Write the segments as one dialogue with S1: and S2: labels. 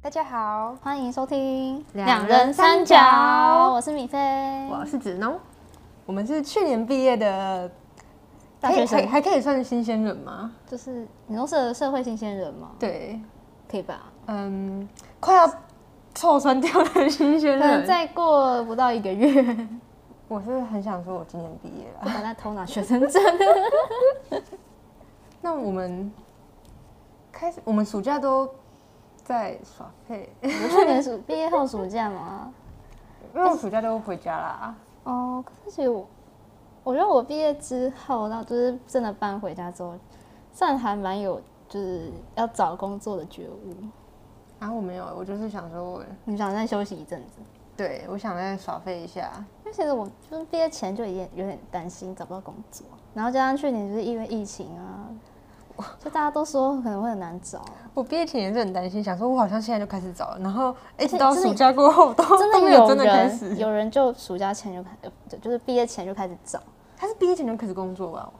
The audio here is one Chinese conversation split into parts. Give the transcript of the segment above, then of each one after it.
S1: 大家好，
S2: 欢迎收听
S1: 两人三角
S2: 我是米菲，
S1: 我是子农，我们是去年毕业的
S2: 大学生
S1: 可以还还可以算是新鲜人吗？
S2: 就是你都是社会新鲜人吗？
S1: 对，
S2: 可以吧？
S1: 嗯，快要臭酸掉的新鲜
S2: 可能
S1: 人。
S2: 再过不到 一个月，
S1: 我是很想说，我今年毕业
S2: 我
S1: 了。
S2: 敢在偷拿学生 证。
S1: 那我们开始，我们暑假都在耍 废，
S2: 我去年暑毕业后暑假嘛，
S1: 因为我暑假都回家啦。
S2: 哦，可是其实我我觉得我毕业之后，然后就是真的搬回家之后，算还蛮有就是要找工作的觉悟。
S1: 啊，我没有，我就是想说我，
S2: 你想再休息一阵子？
S1: 对我想再耍废一下。
S2: 因为其实我就是毕业前就已经有点担心找不到工作，然后加上去年就是因为疫情啊，就大家都说可能会很难找，
S1: 我毕业前也是很担心，想说我好像现在就开始找了，然后一直
S2: 且
S1: 到
S2: 真的
S1: 暑假过后都
S2: 真
S1: 都
S2: 的
S1: 没有
S2: 有
S1: 真的开
S2: 人
S1: 始。
S2: 有人就暑假前就开，呃就就是毕业前就开始找，
S1: 他是毕业前就开始工作吧？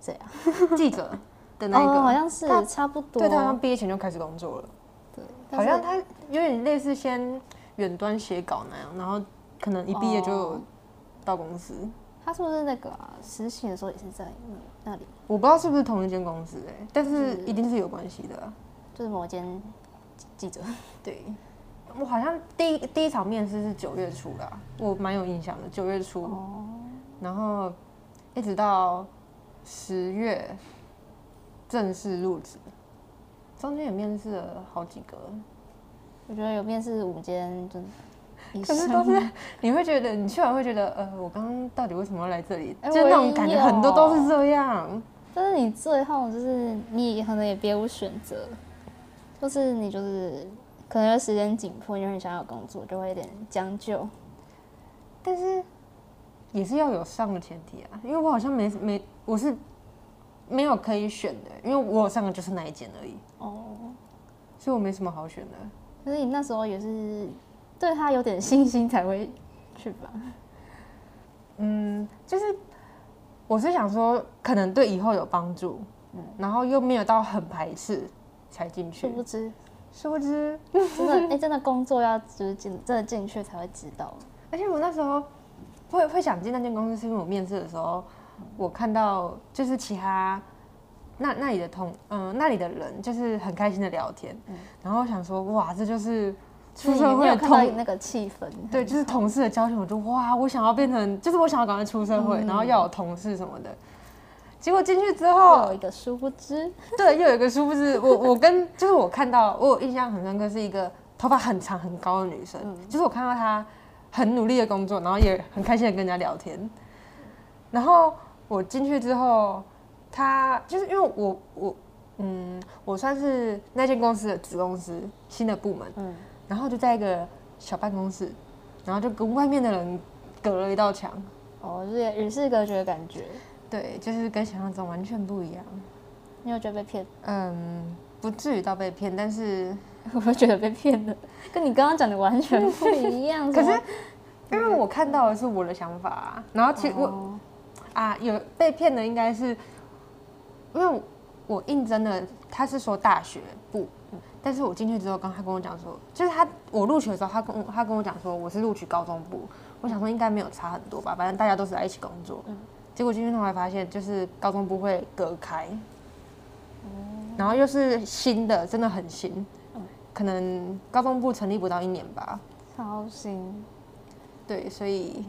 S2: 这样
S1: 记者的那一个，
S2: 啊哦、好像是
S1: 他
S2: 差不多，
S1: 对他好像毕业前就开始工作了，
S2: 对但
S1: 好
S2: 是
S1: 像他有点类似先远端写稿那样，然后可能一毕业就有
S2: 哦
S1: 到公司。
S2: 他是不是那个、啊、实习的时候也是在那那里，
S1: 我不知道是不是同一间公司哎、但是一定是有关系的啊、
S2: 就是某间记记者，
S1: 对，我好像第一第一场面试是九月初啦，我蛮有印象的，九月初，然后一直到十月正式入职，中间也面试了好几个，
S2: 我觉得有面试五间就是以
S1: 可是
S2: 上
S1: 都是你会觉得你去完会觉得，呃，我刚刚到底为什么要来这里？
S2: 哎
S1: 就是那种感觉，很多都
S2: 我也
S1: 是
S2: 有
S1: 这样。
S2: 但是你最后就是你可能也别无选择，就是你就是可能时间紧迫，你就很想要有工作，就会有点将就。
S1: 但是也是要有上的前提啊，因为我好像没没我是没有可以选的，因为我有上的就是那一间而已，
S2: 哦，
S1: 所以我没什么好选的。
S2: 可是你那时候也是对他有点信心才会去吧？
S1: 嗯，就是我是想说，可能对以后有帮助，然后又没有到很排斥才进去
S2: 嗯殊。不知，
S1: 殊不知，
S2: 真的哎、真的工作要就是进真的进去才会知道。
S1: 而且我那时候会会想进那间公司，是因为我面试的时候，我看到就是其他那那里的同嗯、那里的人就是很开心的聊天，然后我想说哇，这就是出社
S2: 你
S1: 会
S2: 有
S1: 的
S2: 看到
S1: 同
S2: 嗯那个气氛，
S1: 对，就是同事的交情，我就哇，我想要变成，就是我想要赶快出社
S2: 嗯
S1: 会，然后要有同事什么的。结果进去之后
S2: 有，一个殊不知，
S1: 对，又有一个殊不知，我我跟就是我看到我有印象很深刻是一个头发很长很高的女生，就是我看到她很努力的工作，然后也很开心的跟人家聊天。然后我进去之后，她就是因为我我嗯，我算是那间公司的子公司新的部门，
S2: 嗯，
S1: 然后就在一个小办公室，然后就跟外面的人隔了一道墙，
S2: 哦，就是也是隔绝的感觉。
S1: 对，就是跟想象中完全不一样。
S2: 你有觉得被骗？
S1: 嗯，不至于到被骗，但是
S2: 我会觉得被骗的，跟你刚刚讲的完全不一 样。
S1: 可
S2: 什
S1: 是
S2: 么
S1: 因为我看到的是我的想法、啊，然后其实我、
S2: 哦
S1: 啊有被骗的应该是，因为我我应征的他是说大学部，但是我进去之后，刚他跟我讲说，就是他我录取的时候，他跟我他跟我讲说我是录取高中部，我想说应该没有差很多吧，反正大家都是在一起工作，结果进去后来发现就是高中部会隔开，然后又是新的，真的很新，可能高中部成立不到一年吧，
S2: 超新，
S1: 对，所以。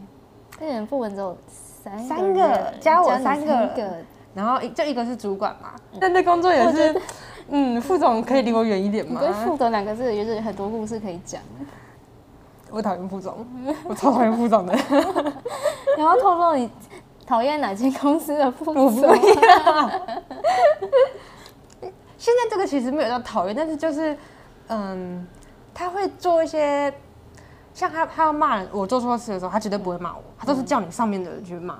S2: 那人不文只有三
S1: 三
S2: 人
S1: 个加我
S2: 你
S1: 三个
S2: 个，
S1: 然后一就一个是主管嘛，嗯但这工作也是， 嗯，副总可以离我远一点
S2: 你
S1: 吗？
S2: 跟副总两个字，也是很多故事可以讲。
S1: 我讨厌副总， 我超讨厌副总的，
S2: 你要透露你讨厌哪间公司的副
S1: 我不啊
S2: 总？
S1: 现在这个其实没有到讨厌，但是就是，嗯，他会做一些，像他他要骂人，我做错事的时候，他绝对不会骂我，他都是叫你上面的人去骂，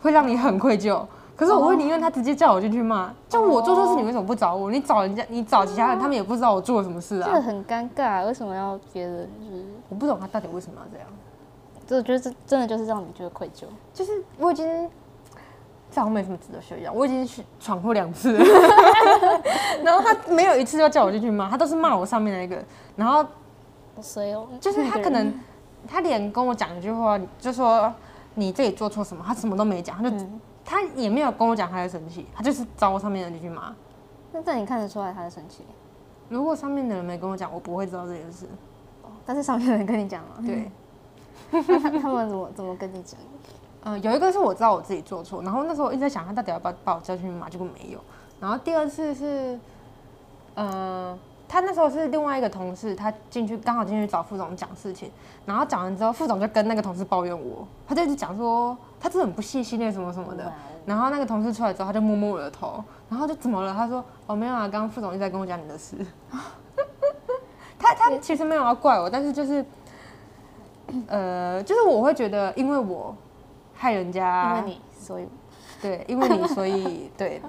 S1: 会让你很愧疚。可是我会宁愿他直接叫我进去骂，就我做错事，你为什么不找我？你找人家，你找其他人，他们也不知道我做了什么事
S2: 这个
S1: 啊！
S2: 很尴尬，为什么要别人就是？
S1: 我不懂他到底为什么要这样。
S2: 这我觉得这真的就是让你觉得愧疚。
S1: 就是我已经这好像没什么值得炫耀，我已经去闯过两次了。 然后他没有一次就叫我进去骂，他都是骂我上面那个。然后
S2: 所以我哦
S1: 就是他
S2: 那个
S1: 可
S2: 人
S1: 能他连跟我讲一句话，就说你这里做错什么，他什么都没讲，他就、
S2: 嗯
S1: 他也没有跟我讲他在生气，他就是找我上面的人去骂。
S2: 那但你看得出来他的生气，
S1: 如果上面的人没跟我讲，我不会知道这件事。
S2: 但是上面有人跟你讲吗？
S1: 对，
S2: 那他 他们怎么怎么跟你讲？
S1: 嗯、有一个是我知道我自己做错，然后那时候我一直在想他到底要不要把我叫去骂，结果没有。然后第二次是，呃，他那时候是另外一个同事，他进去刚好进去找副总讲事情，然后讲完之后，副总就跟那个同事抱怨我，他就一直讲说他真的很不细心欸那什么什么的
S2: 哇。
S1: 然后那个同事出来之后，他就摸摸我的头，然后就怎么了？他说哦没有啊，刚刚副总一直在跟我讲你的事。 他他其实没有要怪我，但是就是，呃，就是我会觉得，因为我害人家，
S2: 因为你，所以
S1: 对，因为你，所以 对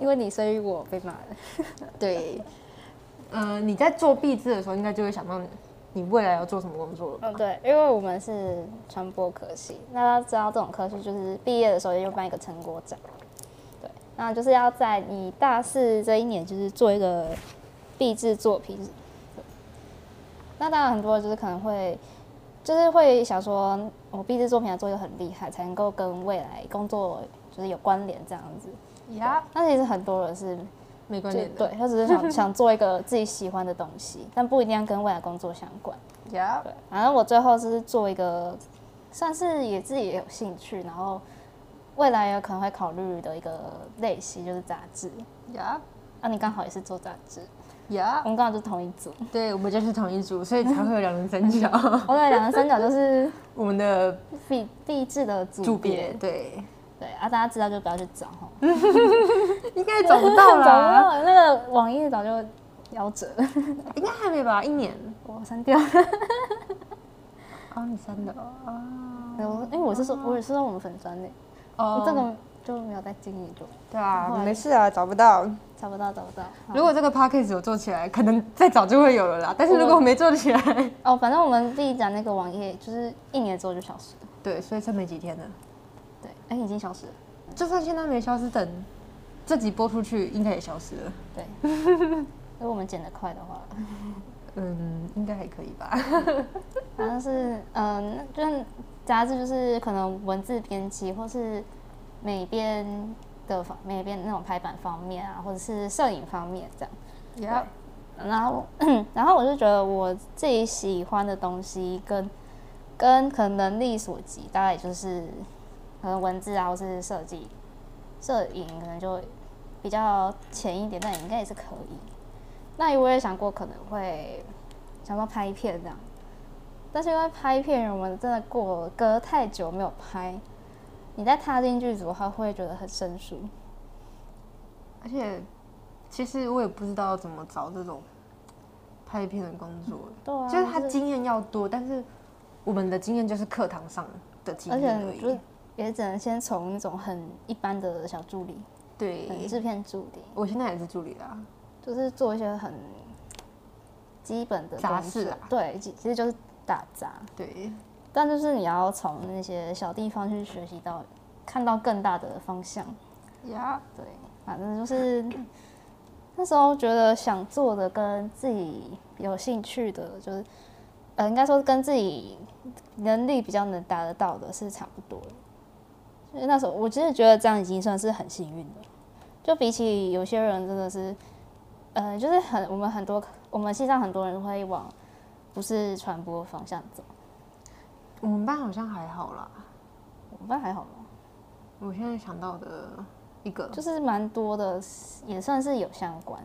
S2: 因为你，所以我被骂了。
S1: 对，呃，你在做壁纸的时候，应该就会想到你你未来要做什么工作了。
S2: 嗯，对，因为我们是传播科系，那大家知道这种科系就是毕业的时候就办一个成果展，对，那就是要在你大四这一年就是做一个毕制作品。对那当然很多就是可能会，就是会想说，哦我毕制作品要做一个很厉害，才能够跟未来工作就是有关联这样子。
S1: 呀，
S2: 那其实很多人是
S1: 没关
S2: 就
S1: 联的。
S2: 对他只是想想做一个自己喜欢的东西，但不一定要跟未来工作相关。
S1: 对呀，
S2: 对，反正我最后是做一个，算是也自己也有兴趣，然后未来也可能会考虑的一个类型就是杂志。
S1: 呀，
S2: 啊，你刚好也是做杂志，啊
S1: 呀
S2: 我，们刚好就是同一组。
S1: 对，我们就是同一组，所以才会有两人三角。
S2: 哦，对，两个三角就是
S1: 我们的
S2: 必必制的组
S1: 组别
S2: 别。
S1: 对，
S2: 对啊，大家知道就不要去找哦。
S1: 应该找不到
S2: 找不
S1: 啦，
S2: 到那个网页早就夭折了，
S1: 应该还没吧？一年
S2: 我删掉了。
S1: 哦，你删的哦，
S2: 我因为我是说，我也是说我们粉专的，
S1: 哦
S2: 这个就没有在经营，就
S1: 对啊，没事啊，找不到。
S2: 找不到，找不到。好
S1: 如果这个 podcast 有做起来，可能再早就会有了啦。但是如果没做起来，
S2: 哦，反正我们自己讲那个网页，就是一年之后就消失了。
S1: 对，所以剩没几天了。
S2: 对，哎、已经消失了。
S1: 就算现在没消失，等这集播出去，应该也消失了。
S2: 对， 如果我们剪得快的话，
S1: 嗯，应该还可以吧。
S2: 好像是嗯、就是杂志就是可能文字编辑或是美编的方美编那种排版方面啊，或者是摄影方面这样。
S1: Yeah，
S2: 然后， 然后我就觉得我自己喜欢的东西跟跟可能能力所及，大概也就是可能文字啊，或是设计、摄影，可能就比较浅一点，但应该也是可以。那我也想过可能会想说拍片这样，但是因为拍片，我们真的过隔太久没有拍，你再踏进剧组的话，会觉得很生疏。
S1: 而且其实我也不知道怎么找这种拍片的工作，
S2: 对啊，
S1: 就是他经验要多，但是我们的经验就是课堂上的经
S2: 而
S1: 验而
S2: 且就是
S1: 已。
S2: 也只能先从那种很一般的小助理，很
S1: 对，
S2: 制片助理，
S1: 我现在也是助理啦。
S2: 就是做一些很基本的
S1: 杂
S2: 工
S1: 事
S2: 作
S1: 啊
S2: 对，其其实就是打杂，
S1: 对，
S2: 但就是你要从那些小地方去学习到，看到更大的方向。
S1: 呀，
S2: 对，反正就是那时候觉得想做的跟自己有兴趣的，就是呃，应该说跟自己能力比较能达得到的是差不多的。所以那时候我真的觉得这样已经算是很幸运的，就比起有些人真的是，呃，就是很我们很多我们系上很多人会往不是传播方向走，
S1: 我们班好像还好啦。
S2: 我们班还好吗？
S1: 我现在想到的一个，
S2: 就是蛮多的，也算是有相关。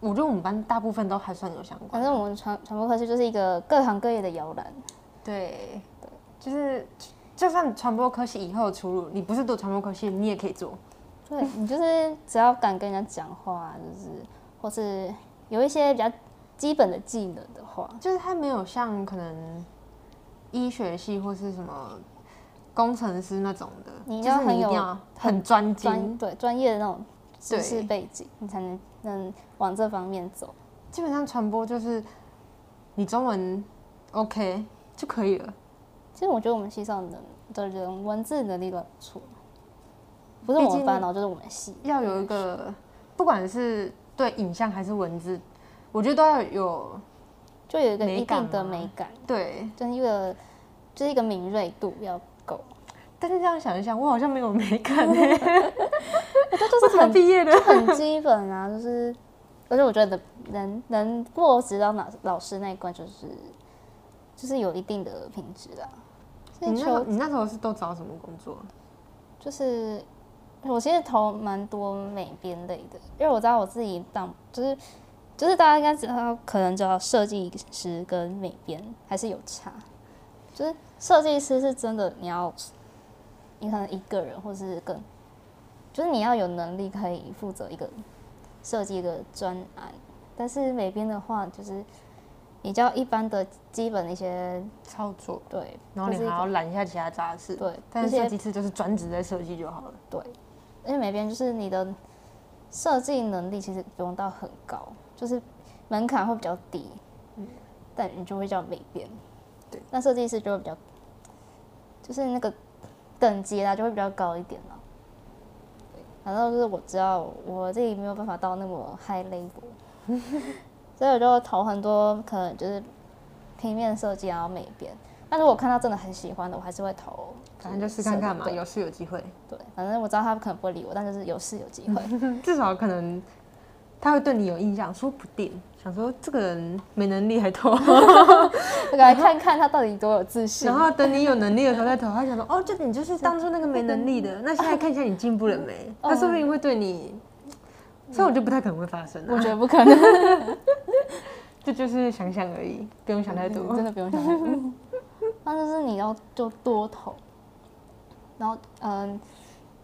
S1: 我觉得我们班大部分都还算有相
S2: 反
S1: 关。
S2: 正我们传传播科系就是一个各行各业的摇篮。
S1: 对，就是就算传播科系以后的出路，你不是读传播科系，你也可以做。
S2: 对你就是只要敢跟人家讲话，就是或是有一些比较基本的技能的话，
S1: 就是它没有像可能医学系或是什么工程师那种的，
S2: 你
S1: 就
S2: 要
S1: 是
S2: 很
S1: 你一定
S2: 有
S1: 要很专
S2: 专
S1: 精。
S2: 对专业的那种知识
S1: 对
S2: 背景，你才能能往这方面走。
S1: 基本上传播就是你中文 OK 就可以了。
S2: 其实我觉得我们系上的的人文字能力都很不错，不是
S1: 毕
S2: 我们
S1: 竟
S2: 班哦，就是我们系。
S1: 要有一个，不管是对影像还是文字，我觉得都要有
S2: 就有一个
S1: 美
S2: 一
S1: 感
S2: 定的
S1: 吗
S2: 美感，
S1: 对。
S2: 就是一个就是一个敏锐度要够。
S1: 但是这样想一想，我好像没有美感哎、我
S2: 我觉得哦哎就是
S1: 怎么
S2: 很
S1: 毕业的？
S2: 很基本啊，就是而且我觉得能能过指导老老师那一关，就是就是有一定的品质啦。所
S1: 你嗯那
S2: 以
S1: 时候
S2: 求
S1: 你那时候是都找什么工作？
S2: 就是我其实投蛮多美编类的，因为我知道我自己当就是就是大家应该知道，可能知道设计师跟美编还是有差，就是设计师是真的你要你可能一个人或是更，就是你要有能力可以负责一个设计一个专案，但是美编的话就是。你就要一般的基本的一些
S1: 操作，
S2: 对，
S1: 然后
S2: 就
S1: 你
S2: 是一
S1: 还
S2: 个
S1: 要揽一下其他杂事。
S2: 对
S1: 但是
S2: 而且
S1: 设计师就是专职在设计就好了。
S2: 对，因为美编就是你的设计能力其实不用到很高，就是门槛会比较低，但你就会叫美编。
S1: 嗯对，
S2: 那设计师就会比较，就是那个等级啦，就会比较高一点啦。对，反正就是我知道我自己没有办法到那么 high level，所以 我就投很多可能就是平面设计，然后美编。那如果看到真的很喜欢的，我还是会投。
S1: 反正就试看看嘛，
S2: 对
S1: 有是有机会，
S2: 对，反正我知道他可能不会理我，但就是有事有机会。
S1: 至少可能他会对你有印象，说不定想说这个人没能力还投，
S2: 我来看看他到底多有 自信
S1: 然。后等你有能力的时候再投，他想说哦，这你就是当初那个没能力 的，那现在看一下你进步了没，
S2: 哦
S1: 他说不定会对你，
S2: 嗯
S1: 所以我就不太可能会发生
S2: 我
S1: 啊，
S2: 觉得 不可能，
S1: 这就是想想而已，不用想太多
S2: 真。的不用想太多。 那就是你要就多投，然后嗯，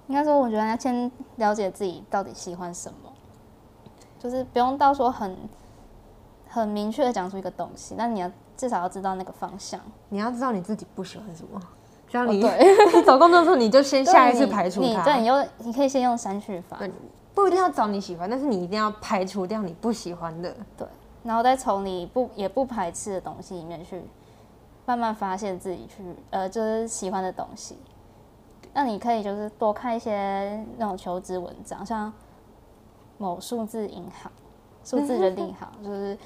S2: 应该说我觉得要先了解自己到底喜欢什么，就是不用到说很很明确的讲出一个东西，但你要至少要知道那个方向。
S1: 你要知道你自己不喜欢什么，这样
S2: 哦
S1: 你
S2: 对
S1: 你找工作的时候你就先下一次
S2: 对
S1: 排除
S2: 你
S1: 它。
S2: 你对，你用你可以先用删去法，
S1: 对不一定要找你喜欢，但是你一定要排除掉你不喜欢的。
S2: 对，然后再从你不也不排斥的东西里面去慢慢发现自己去呃就是喜欢的东西。那你可以就是多看一些那种求职文章，像某数字银行、数字人力银行，就是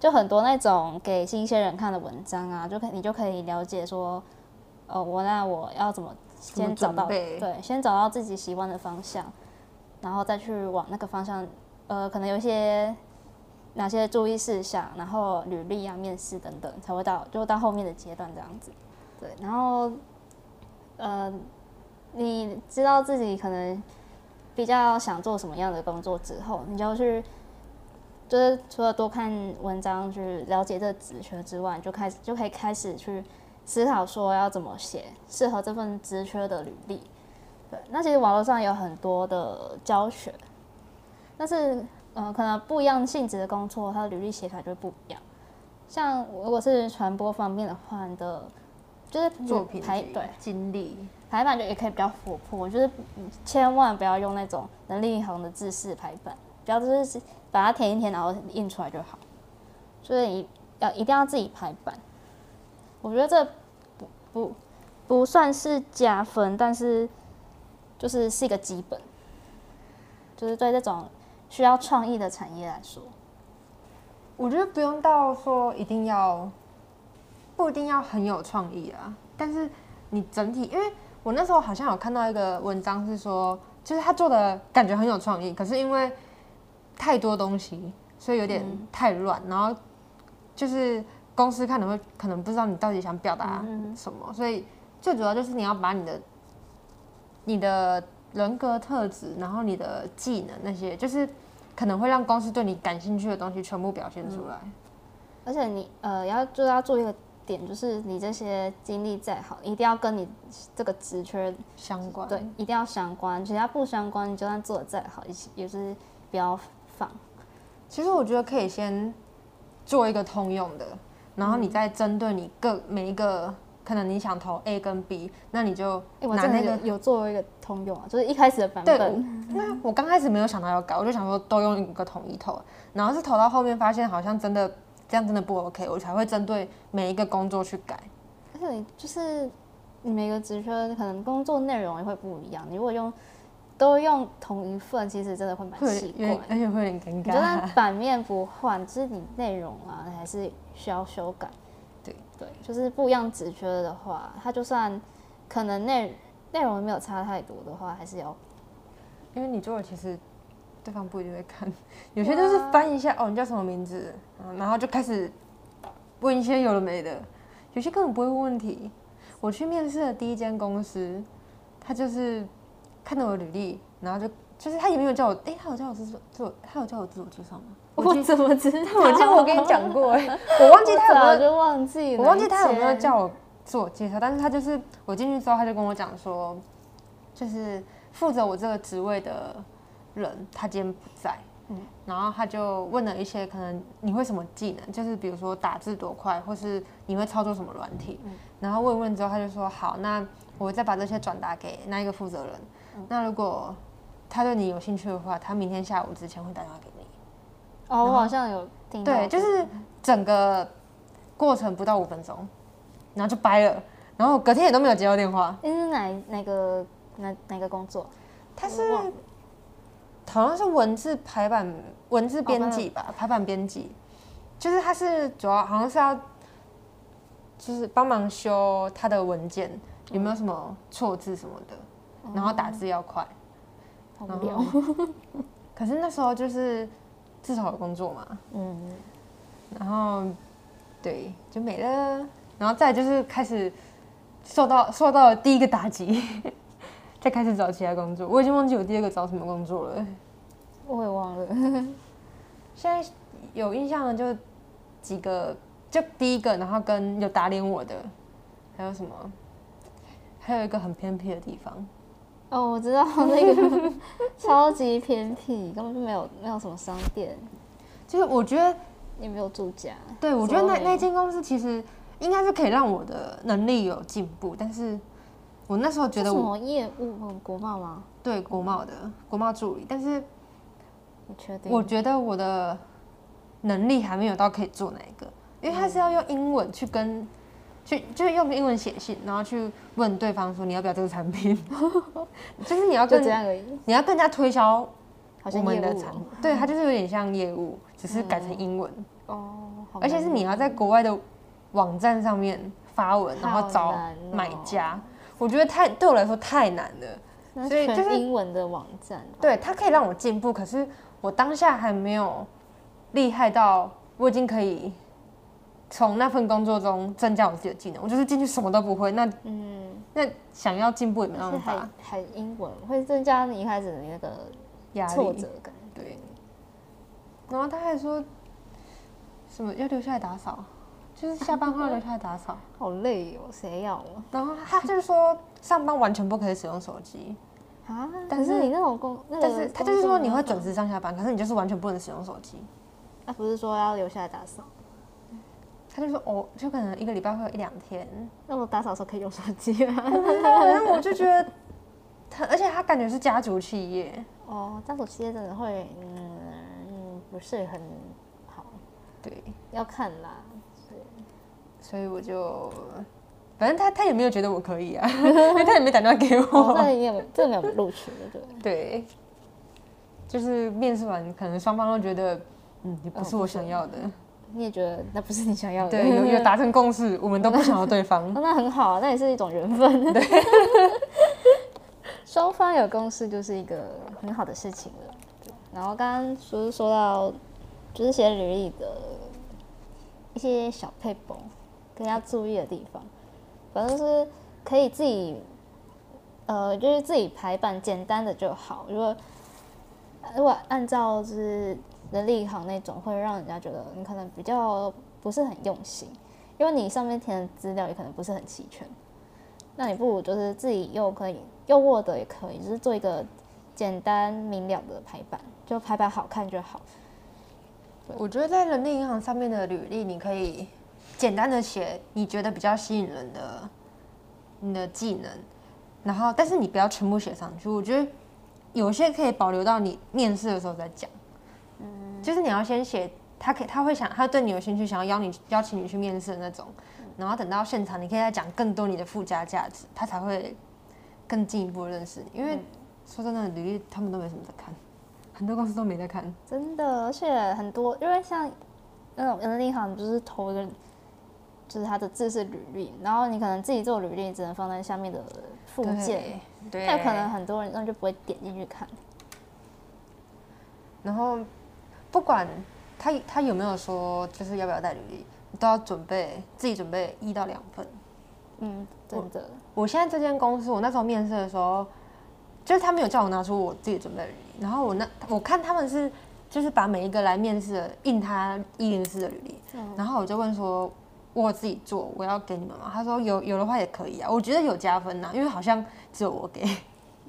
S2: 就很多那种给新鲜人看的文章啊，就可以你就可以了解说，呃，我那我要怎么
S1: 么
S2: 先找
S1: 准
S2: 到
S1: 备
S2: 对，先找到自己喜欢的方向，然后再去往那个方向，呃，可能有一些哪些注意事项，然后履历啊、面试等等，才会到就到后面的阶段这样子。对，然后，呃，你知道自己可能比较想做什么样的工作之后，你就去，就是除了多看文章去了解这个职缺之外，你就开始就可以开始去思考说要怎么写适合这份职缺的履历。对，那其实网络上有很多的教学，但是呃，可能不一样性质的工作，它的履历写起来就会不一样。像如果是传播方面的话，你的就是
S1: 作品
S2: 排
S1: 集
S2: 对
S1: 经历，
S2: 排版就也可以比较活泼，就是千万不要用那种人力银行的制式排版，不要就是把它填一填然后印出来就好，就是你要一定要自己排版。我觉得这不不不算是加分，但是就是是一个基本，就是对这种需要创意的产业来说，
S1: 我觉得不用到说一定要，不一定要很有创意啊，但是你整体，因为我那时候好像有看到一个文章是说，就是他做的感觉很有创意，可是因为太多东西，所以有点太乱，然后就是公司看了会可能不知道你到底想表
S2: 嗯
S1: 达什么，所以最主要就是你要把你的你的人格特质，然后你的技能那些，就是可能会让公司对你感兴趣的东西全部表现出来。
S2: 而且你呃要就要注意一个点，就是你这些经历再好，一定要跟你这个职缺
S1: 相关。
S2: 对，，一定要相关，其他不相关，你就算做的再好，也是也是不要放。
S1: 其实我觉得可以先做一个通用的，然后你再针对你各每一个，可能你想投 A 跟 B，那你就
S2: 哎、我
S1: 拿
S2: 真的
S1: 那
S2: 有
S1: 个。
S2: 有做一个通用啊，就是一开始的版
S1: 对
S2: 本，
S1: 那我刚开始没有想到要改，我就想说都用一个统一投，然后是投到后面发现好像真的这样真的不 OK，我才会针对每一个工作去改。
S2: 啊而且你就是你每个职缺可能工作内容也会不一样。你如果用都用同一份，其实真的会蛮
S1: 会
S2: 奇
S1: 有
S2: 怪
S1: 点。而且会有点尴
S2: 你就算
S1: 尬。
S2: 版面不换，就是你内容啊，还是需要修改。
S1: 对
S2: 对，就是不一样职缺的话，它就算可能内内容没有差太多的话，还是要
S1: 因为你做了，其实对方不一定会看，
S2: 啊
S1: 有些就是翻一下哦，你叫什么名字，嗯然后就开始问一些有的没的，有些根本不会问问题。我去面试的第一间公司，他就是看到我履历，然后就就是他也没有叫我，哎、他有叫我自做，他有叫我自我介绍吗？我记
S2: 怎么知道？
S1: 我记得我跟你讲过、哎，我忘记他有没有
S2: 我早就忘记了，
S1: 我忘记他有没有叫我自我介绍，但是他就是我进去之后，他就跟我讲说，就是负责我这个职位的人，他今天不在。嗯，然后他就问了一些可能你会什么技能，就是比如说打字多快，或是你会操作什么软体。然后问一问之后，他就说好，那我再把这些转达给那一个负责人。那如果他对你有兴趣的话，他明天下午之前会打电话给你。
S2: 哦，我好像有听到这
S1: 对，
S2: 个，
S1: 就是整个过程不到五分钟，然后就掰了，然后隔天也都没有接到电话。
S2: 诶是哪哪个哪哪个工作？
S1: 他
S2: 我
S1: 是
S2: 忘了
S1: 好像是文字排版、文字
S2: 排
S1: 编
S2: 版
S1: 辑吧，哦排版编辑，就是他是主要好像是要，就是帮忙修他的文件有没有什么错字什么的，然后打字要快。
S2: 好
S1: 然
S2: 无
S1: 后
S2: 聊。
S1: 可是那时候就是至少有工作嘛，
S2: 嗯，
S1: 然后对，就没了。然后再就是开始受到受到了第一个打击， 再开始找其他工作。我已经忘记我第二个找什么工作了。
S2: 我也忘了。
S1: 现在有印象的就几个，就第一个，然后跟有打脸我的，还有什么？还有一个很偏僻的地方，
S2: 哦，我知道那个超级偏僻，根本就没有没有什么商店，
S1: 就是我觉得，
S2: 也没有住家。
S1: 对我觉得
S2: 什么
S1: 那
S2: 都没有
S1: 那间公司其实应该是可以让我的能力有进步，但是我那时候觉
S2: 是
S1: 得
S2: 什
S1: 我
S2: 么业务嗯国贸吗？
S1: 对国贸的国贸助理，但是
S2: 你确定？
S1: 我觉得我的能力还没有到可以做那一个，因为他是要用英文去跟，去就是用英文写信，然后去问对方说你要不要这个产品， 就是你要
S2: 就
S1: 跟
S2: 这样而已，
S1: 你要更加推销
S2: 好
S1: 我
S2: 像
S1: 们
S2: 业
S1: 的
S2: 务
S1: 产品，对，它就是有点像业务，只是改成英文，
S2: 哦，好
S1: 而且是
S2: 难
S1: 你要在国外的网站上面发文，然后
S2: 好
S1: 找
S2: 难哦
S1: 买家，我觉得太对我来说太难了。
S2: 那
S1: 所以
S2: 全
S1: 就是
S2: 英文的网站吧，
S1: 对，它可以让我进步，可是我当下还没有厉害到我已经可以从那份工作中增加我自己的技能。我就是进去什么都不会，那
S2: 嗯，
S1: 那想要进步也没
S2: 而且
S1: 办
S2: 还
S1: 法，
S2: 还英文会增加你一开始的那个
S1: 压
S2: 挫
S1: 力
S2: 折感。
S1: 对。然后他还说什么要留下来打扫，就是下班后要留下来打 扫。
S2: 好累哦，谁要啊？
S1: 然后他就是说上班完全不可以使用手机，
S2: 啊！
S1: 但
S2: 可
S1: 是
S2: 是你那种工，那个
S1: 但是他就是说
S2: 工作
S1: 你
S2: 没
S1: 会
S2: 有
S1: 准
S2: 办
S1: 时上下班，可是你就是完全不能使用手机。
S2: 法，啊他不是说要留下来打扫？
S1: 他就说哦，就可能一个礼拜会有一两天，
S2: 那我打扫的时候可以用手机吗？
S1: 反正我就觉得他，而且他感觉是家族企业，
S2: 哦，单手企业真的会，嗯嗯，不是很好，
S1: 对，
S2: 要看 啦。
S1: 所以我就，反正他他也没有觉得我可以啊， 因为他也没打电话给我，
S2: 哦，这里也有，这里没有录取的，对不对？
S1: 对，就是面试完，可能双方都觉得，嗯，你不是我想要的，
S2: 你也觉得那哦不是你想要的，
S1: 对，有有达成共识，我们都不想要对方，
S2: 哦那很好啊，那也是一种缘分。对， 双方有共识就是一个很好的事情了。对然后刚刚不是说到，就是写履历的一些小配博，跟要注意的地方，反正是可以自己，呃，就是自己排版简单的就好。如果如果按照就是人力银行那种，会让人家觉得你可能比较不是很用心。因为你上面填的资料也可能不是很齐全，那你不如就是自己又可以用 Word 也可以，就是做一个简单明了的排版，就排版好看就好。
S1: 我觉得在人力银行上面的履历，你可以简单的写你觉得比较吸引人的你的技能，然后但是你不要全部写上去。我觉得有些可以保留到你面试的时候再讲。嗯，就是你要先写，他可以他会想他对你有兴趣，想要邀你邀请你去面试的那种，然后等到现场，你可以再讲更多你的附加价值，他才会更进一步地认识你。因为、说真的，履历他们都没什么在看，很多公司都没在看。
S2: 真的，而且很多，因为像呃那种人力银行，你就是投一个，就是他的自式履历，然后你可能自己做履历只能放在下面的附件，
S3: 对，
S2: 那有可能很多人那就不会点进去看。
S1: 然后不管他他有没有说就是要不要带履历，你都要准备自己准备一到两份。
S2: 嗯，真的，
S1: 我现在这间公司，我那时候面试的时候，就是他们有叫我拿出我自己准备的履历，然后我那我看他们是就是把每一个来面试的印他一零四的履历，然后我就问说，我有自己做，我要给你们吗？他说有有的话也可以啊，我觉得有加分呐、因为好像只有我给，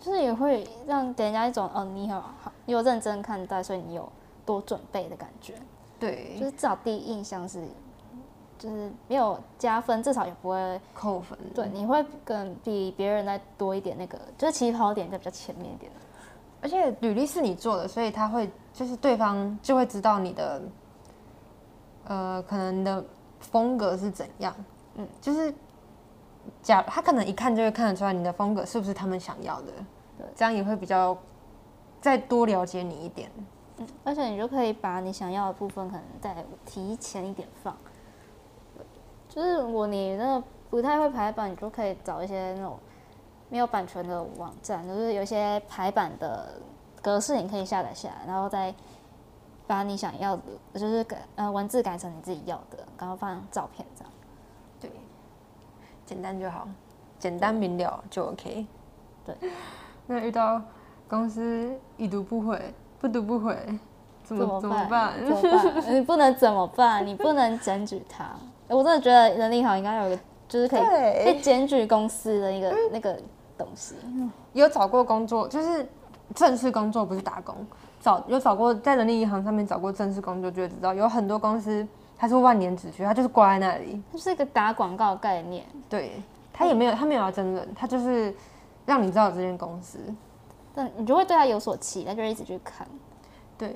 S2: 就是也会让给人家一种，哦，你好好，你有认真看待，所以你有多准备的感觉。
S1: 对，
S2: 就是至少第一印象是，就是没有加分，至少也不会
S1: 扣分，
S2: 对，你会更比别人再多一点那个，就是起跑点在比较前面一点。
S1: 而且履历是你做的，所以他会就是对方就会知道你的，呃，可能你的风格是怎样，嗯，就是假他可能一看就会看得出来你的风格是不是他们想要的，
S2: 对，
S1: 这样也会比较再多了解你一点，
S2: 而且你就可以把你想要的部分可能再提前一点放。就是如果你那个不太会排版，你就可以找一些那种没有版权的网站，就是有一些排版的格式你可以下载下来，然后再把你想要的，就是改呃文字改成你自己要的，然后放照片这样。
S1: 对，简单就好，简单明了就 OK。
S2: 对，
S1: 那遇到公司已读不回，不读不回，怎么怎么办？
S2: 怎么办？你不能怎么办？你不能检举 他。我真的觉得人力行应该有一个，就是可以
S1: 对
S2: 去检举公司的
S1: 嗯
S2: 一个那个东西。
S1: 有找过工作，就是正式工作，不是打工。找有找过在人力银行上面找过正式工作，就会知道有很多公司它是万年职缺，它就是挂在那里。
S2: 它就是一个打广告概念，
S1: 对，它也没有，它没有要真人，它就是让你知道有这间公司。
S2: 但你就会对它有所期待，就会一直去看。
S1: 对，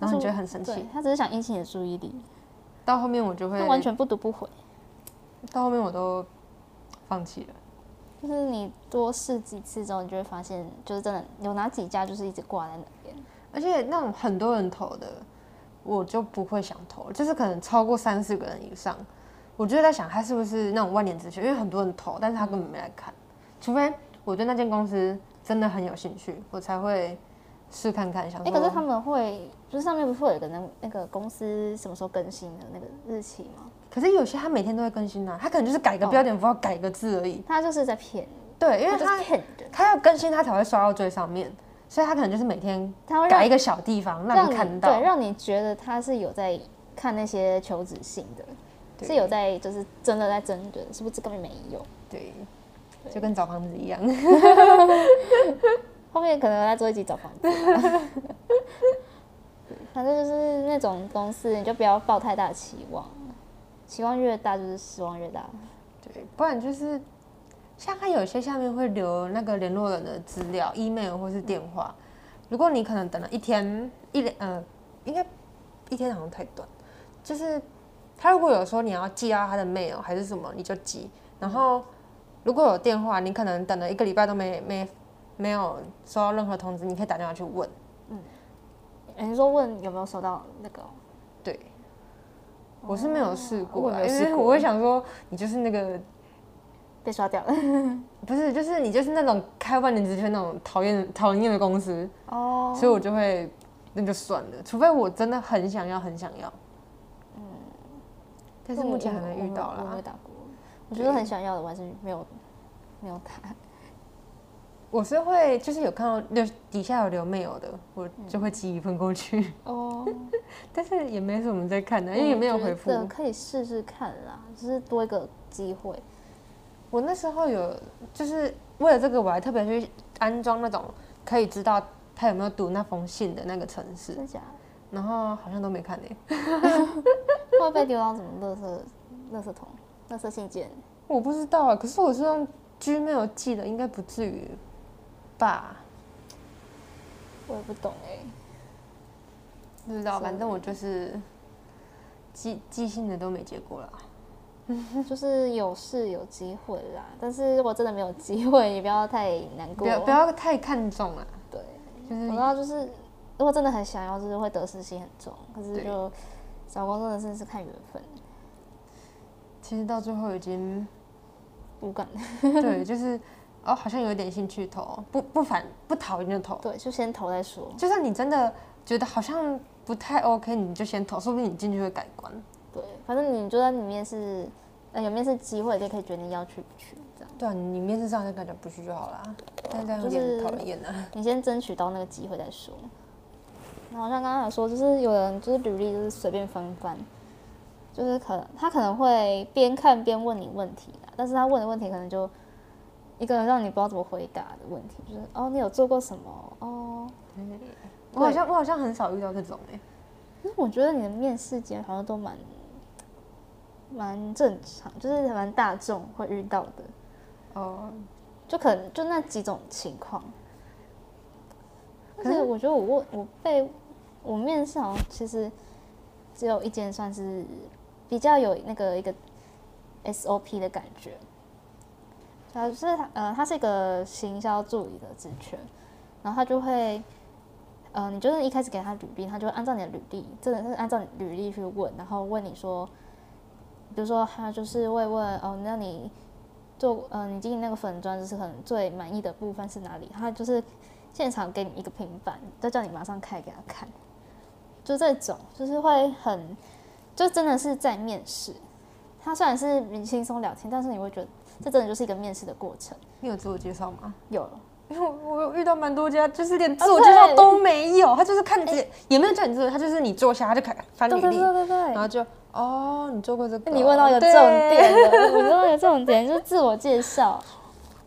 S1: 然后你觉得很生
S2: 对
S1: 气。，
S2: 他只是想引起你的注意力，
S1: 到后面我就会
S2: 他，完全不读不回。
S1: 到后面我都放弃了。
S2: 就是你多试几次之后，你就会发现，就是真的有哪几家就是一直挂在那边。
S1: 而且那种很多人投的，我就不会想投，就是可能超过三四个人以上，我就在想他是不是那种万年之选，因为很多人投，但是他根本没来看，除非我对那间公司真的很有兴趣，我才会试看看，想
S2: 哎、
S1: 说，哦
S2: 可是他们会，就是上面不是会有个那那个公司什么时候更新的那个日期吗？
S1: 可是有些他每天都会更新啊，他可能就是改个标点符号，改个字而已，
S2: 他就是在骗你，
S1: 对，因
S2: 他
S1: 为
S2: 就
S1: 他
S2: 是骗人，
S1: 他要更新，他才会刷到最上面，所以他可能就是每天
S2: 他会
S1: 改
S2: 让
S1: 一个小地方让
S2: 让
S1: 你看
S2: 你
S1: 到，
S2: 对，让你觉得他是有在看那些求职信的，是有在就是真的在真人，是不是根本没有？
S1: 对，就跟找房子一样。
S2: 后面可能来做一集找房 子吧。反正就是那种公司，你就不要抱太大期望，期望越大就是失望越大。
S1: 对，不然就是像他有些下面会留那个联络人的资料、email 或是电话。如果你可能等了一天一两呃，应该一天好像太短，就是他如果有说你要寄到他的 mail 还是什么，你就寄。然后如果有电话，你可能等了一个礼拜都没没没有收到任何通知，你可以打电话去问。
S2: 人家说问有没有收到那个，
S1: 对，我是没有试过
S2: 哦我
S1: 啦，
S2: 也没
S1: 因
S2: 有试
S1: 为
S2: 过
S1: 我会想说你就是那个
S2: 被刷掉了。
S1: 不是，就是你就是那种开万年职缺那种讨厌讨人厌的公司，
S2: 哦，
S1: 所以我就会那就算了，除非我真的很想要很想要。嗯但是目前还没遇到
S2: 我没有
S1: 啦。
S2: 打过，我觉得很想要的，我还是没有没有打。
S1: 我是会就是有看到留底下有留 mail 的，我就会寄一份过去，
S2: 哦，
S1: 但是也没什么在看啊的，因为也没有回复
S2: 我觉。得可以试试看啦，就是多一个机会。
S1: 我那时候有就是为了这个，我还特别去安装那种可以知道他有没有读那封信的那个程式，
S2: 真假？
S1: 然后好像都没看欸诶、
S2: 会被丢到什么垃圾、垃圾桶、垃圾信件？
S1: 我不知道啊，可是我是用 Gmail 寄的，应该不至于吧？
S2: 我也不懂哎、
S1: 不知道，
S2: 是
S1: 反正我就是寄寄信的都没结果了。
S2: 就是有是有机会啦，但是如果真的没有机会，也不要太难过。
S1: 不要不要太看重啊了，
S2: 对，
S1: 就是
S2: 我知道就是，如果真的很想要，就是会得失心很重，可是
S1: 对
S2: 就找工作真的是是看缘分，
S1: 其实到最后已 经
S2: 无感。
S1: 对，就是哦，好像有点兴趣投，不不反不讨厌就投。
S2: 对，就先投再说。
S1: 就算你真的觉得好像不太 OK，你就先投，说不定你进去会改观。
S2: 对，反正你就在里面是，呃，有面试机会，就可以决定要去不去这样。
S1: 对啊，你面试上就感觉不去就好啦，但这样有
S2: 就
S1: 点
S2: 是
S1: 讨人厌啊。
S2: 你先争取到那个机会再说。然后像刚刚有说，就是有人就是履历就是随便翻翻，就是可能他可能会边看边问你问题啦，但是他问的问题可能就一个让你不知道怎么回答的问题，就是哦你有做过什么哦，
S1: 我好像我好像很少遇到这种哎、
S2: 可是我觉得你的面试间好像都蛮蛮正常，就是蛮大众会遇到的，
S1: 哦，
S2: 就可能就那几种情况。但是我觉得我问我被我面试好像其实只有一间算是比较有那个一个 SOP 的感觉，它是呃它是一个行销助理的职权，然后他就会。呃，你就是一开始给他履历，他就会按照你的履历，真的是按照你履历去问，然后问你说，比如说他就是会问哦，那你做呃你经营那个粉砖，就是可能最满意的部分是哪里？他就是现场给你一个平板，再叫你马上开给他看，就这种，就是会很，就真的是在面试。他虽然是很轻松聊天，但是你会觉得这真的就是一个面试的过程。
S1: 你有自我介绍吗？
S2: 有了，
S1: 因为我我有遇到蛮多家，就是连
S2: 哦
S1: 自我介绍都没有，他就是看你、也没有叫你做，他就是啊你坐下他就开翻履
S2: 哎对对
S1: 历，
S2: 对对对
S1: 然。后就哦，你做过这个，
S2: 你问到一个重
S1: 对
S2: 点了，我问到一个重点就是自我 介绍，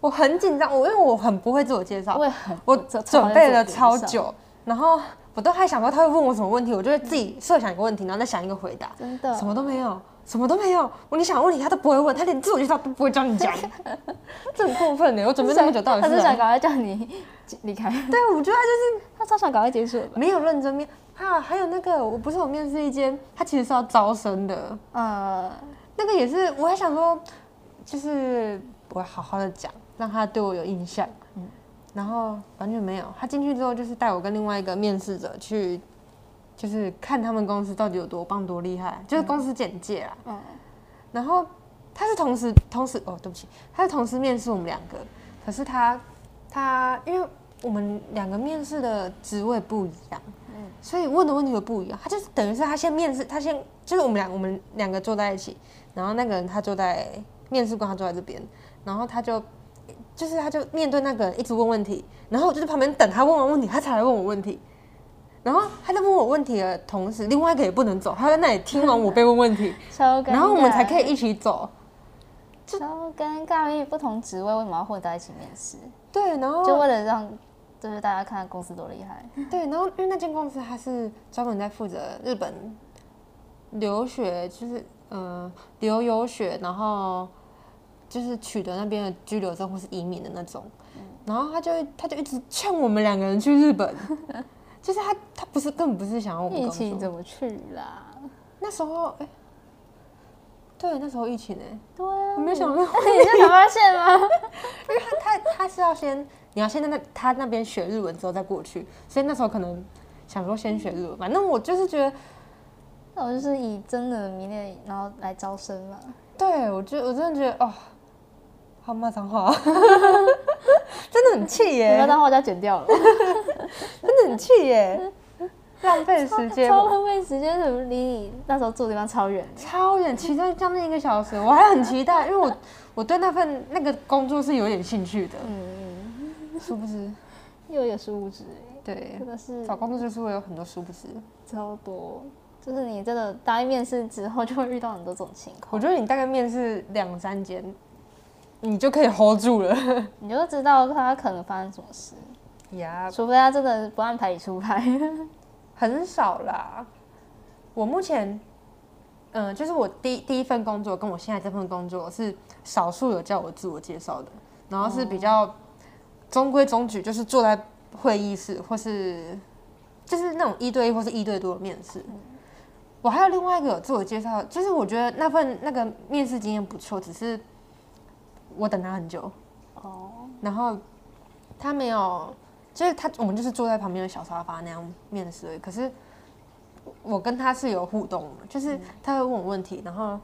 S1: 我很紧张，我因为我很不会自我介绍，
S2: 我也很
S1: 我
S2: 这
S1: 准备了超，久，然后我都还想说他会问我什么问题，我就会自己设想一个问题，然后再想一个回答，
S2: 嗯真的
S1: 什么都没有，什么都没有。我你想问题他都不会问，他连自我介绍都不会教你 讲，这很过分呢。欸我准备这么久到底
S2: 他
S1: 是
S2: 是想
S1: 来？
S2: 赶快叫你 离开，
S1: 对，我觉得他就是
S2: 他超想赶快结束了吧？
S1: 没有认真面。啊，还有那个，我不是有面试一间，他其实是要招生的，
S2: 呃，
S1: 那个也是，我还想说，就是我好好的讲，让他对我有印象。嗯，然后完全没有。他进去之后，就是带我跟另外一个面试者去，就是看他们公司到底有多棒、多厉害，就是公司简介啦。
S2: 嗯
S1: 然后他是同时同时哦，对不起，他是同时面试我们两个，可是他他因为我们两个面试的职位不一样，
S2: 嗯
S1: 所以问的问题都不一样。他就是等于是他先面试，他先就是我们两我们两个坐在一起，然后那个人他坐在面试官，他坐在这边，然后他就。就是他就面对那个人一直问问题，然后我就在旁边等他问完问题，他才来问我问题。然后他在问我问题的同时，另外一个也不能走，他在那里听完我被问问题，
S2: 超尴尬。
S1: 然后我们才可以一起走。
S2: 超尴尬，因为不同职位为什么要混在一起面试？
S1: 对，然后
S2: 就为了让就是大家看看公司多厉害。
S1: 哦对，然后因为那间公司它是专门在负责日本留学，就是呃留游学，然后就是取得那边的居留证或是移民的那种。然后他就他就一直劝我们两个人去日本， 就是他他不是根本不是想要我们
S2: 疫
S1: 工
S2: 情
S1: 作。
S2: 怎么去啦？
S1: 那时候哎、对，那时候疫情哎、
S2: 对啊，
S1: 我没有想到，因
S2: 你是才发现吗？
S1: 为他他他是要先你要先在那他那边学日文之后再过去，所以那时候可能想说先学日文，反正我就是觉得。
S2: 那我就是以真的迷恋，然后来招生嘛。
S1: 对，我觉得我真的觉得哦，好骂脏话，哦 真的很气
S2: 你
S1: 耶
S2: 那，张画家剪掉了，
S1: 真的很气耶， 浪费 时间，
S2: 超浪费时间，怎么离你那时候住的地方超远？
S1: 超远，骑车将近一个小时，我还很期待，因为我我对那份那个工作是有点兴趣的，
S2: 嗯，
S1: 殊不知，
S2: 又有殊不知，
S1: 对
S2: 欸真，的是
S1: 找工作就是会有很多殊不知。
S2: 超多。就是你真的答应面试之后，就会遇到很多种情
S1: 我
S2: 况，
S1: 觉得你大概面试两三间，你就可以 hold 住了。
S2: 你就知道他可能发生什么事，
S1: 呀
S2: 除非他真的不按牌理 出牌。
S1: 很少啦。我目前，嗯、就是我第第一份工作跟我现在这份工作是少数有叫我自我介绍的，然后是比较中规中矩，就是坐在会议室或是就是那种一对一或是一对多的面试。我还有另外一个有自我介绍，就是我觉得那份那个面试经验不错，只是我等他很久，
S2: 哦，
S1: 然后他没有，就是他我们就是坐在旁边的小沙发那样面试而已，可是我跟他是有互动的，就是他会问我问题，然后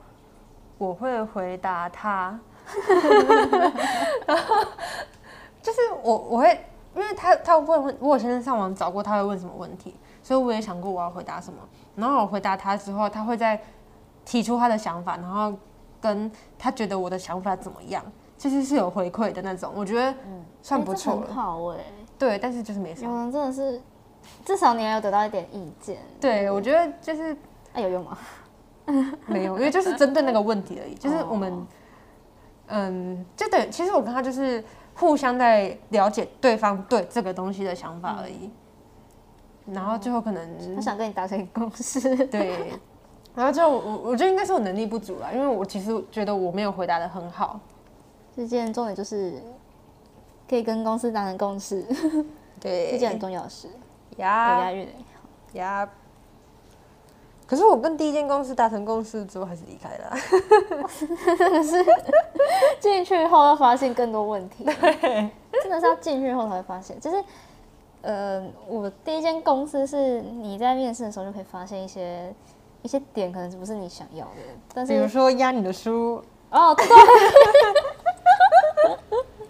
S1: 我会回答他，然后就是我我会。因为他他会问我，有先生上网找过他会问什么问题，所以我也想过我要回答什么。然后我回答他之后，他会再提出他的想法，然后跟他觉得我的想法怎么样，就是是有回馈的那种。我觉得算
S2: 哎
S1: 不
S2: 这
S1: 错
S2: 很
S1: 了，
S2: 好哎、
S1: 对，但是就是没什
S2: 有
S1: 么。
S2: 人真的是，至少你还有得到一点意见，
S1: 对，我觉得就是
S2: 哎、有用吗？
S1: 没有，因为就是针对那个问题而已。就是我们
S2: 哦，
S1: 嗯，就等于其实我跟他就是互相在了解对方对这个东西的想法而已。然后最后可能
S2: 他想跟你达成一个共识，
S1: 对，然后就我我觉得应该是我能力不足啦，因为我其实觉得我没有回答的很好。
S2: 这件重点就是可以跟公司达成共识，
S1: 对啊
S2: 这件很重要的事。有押
S1: 呀
S2: 韵欸
S1: 呀。可是我跟第一间公司达成共识之后，还是离开了啊。
S2: 进去后要发现更多 问题，真的是要进去后才会发现。就是，呃，我第一间公司是你在面试的时候就可以发现一些一些点，可能不是你想要的，但
S1: 比如
S2: 是
S1: 说压你的书，
S2: 哦，对，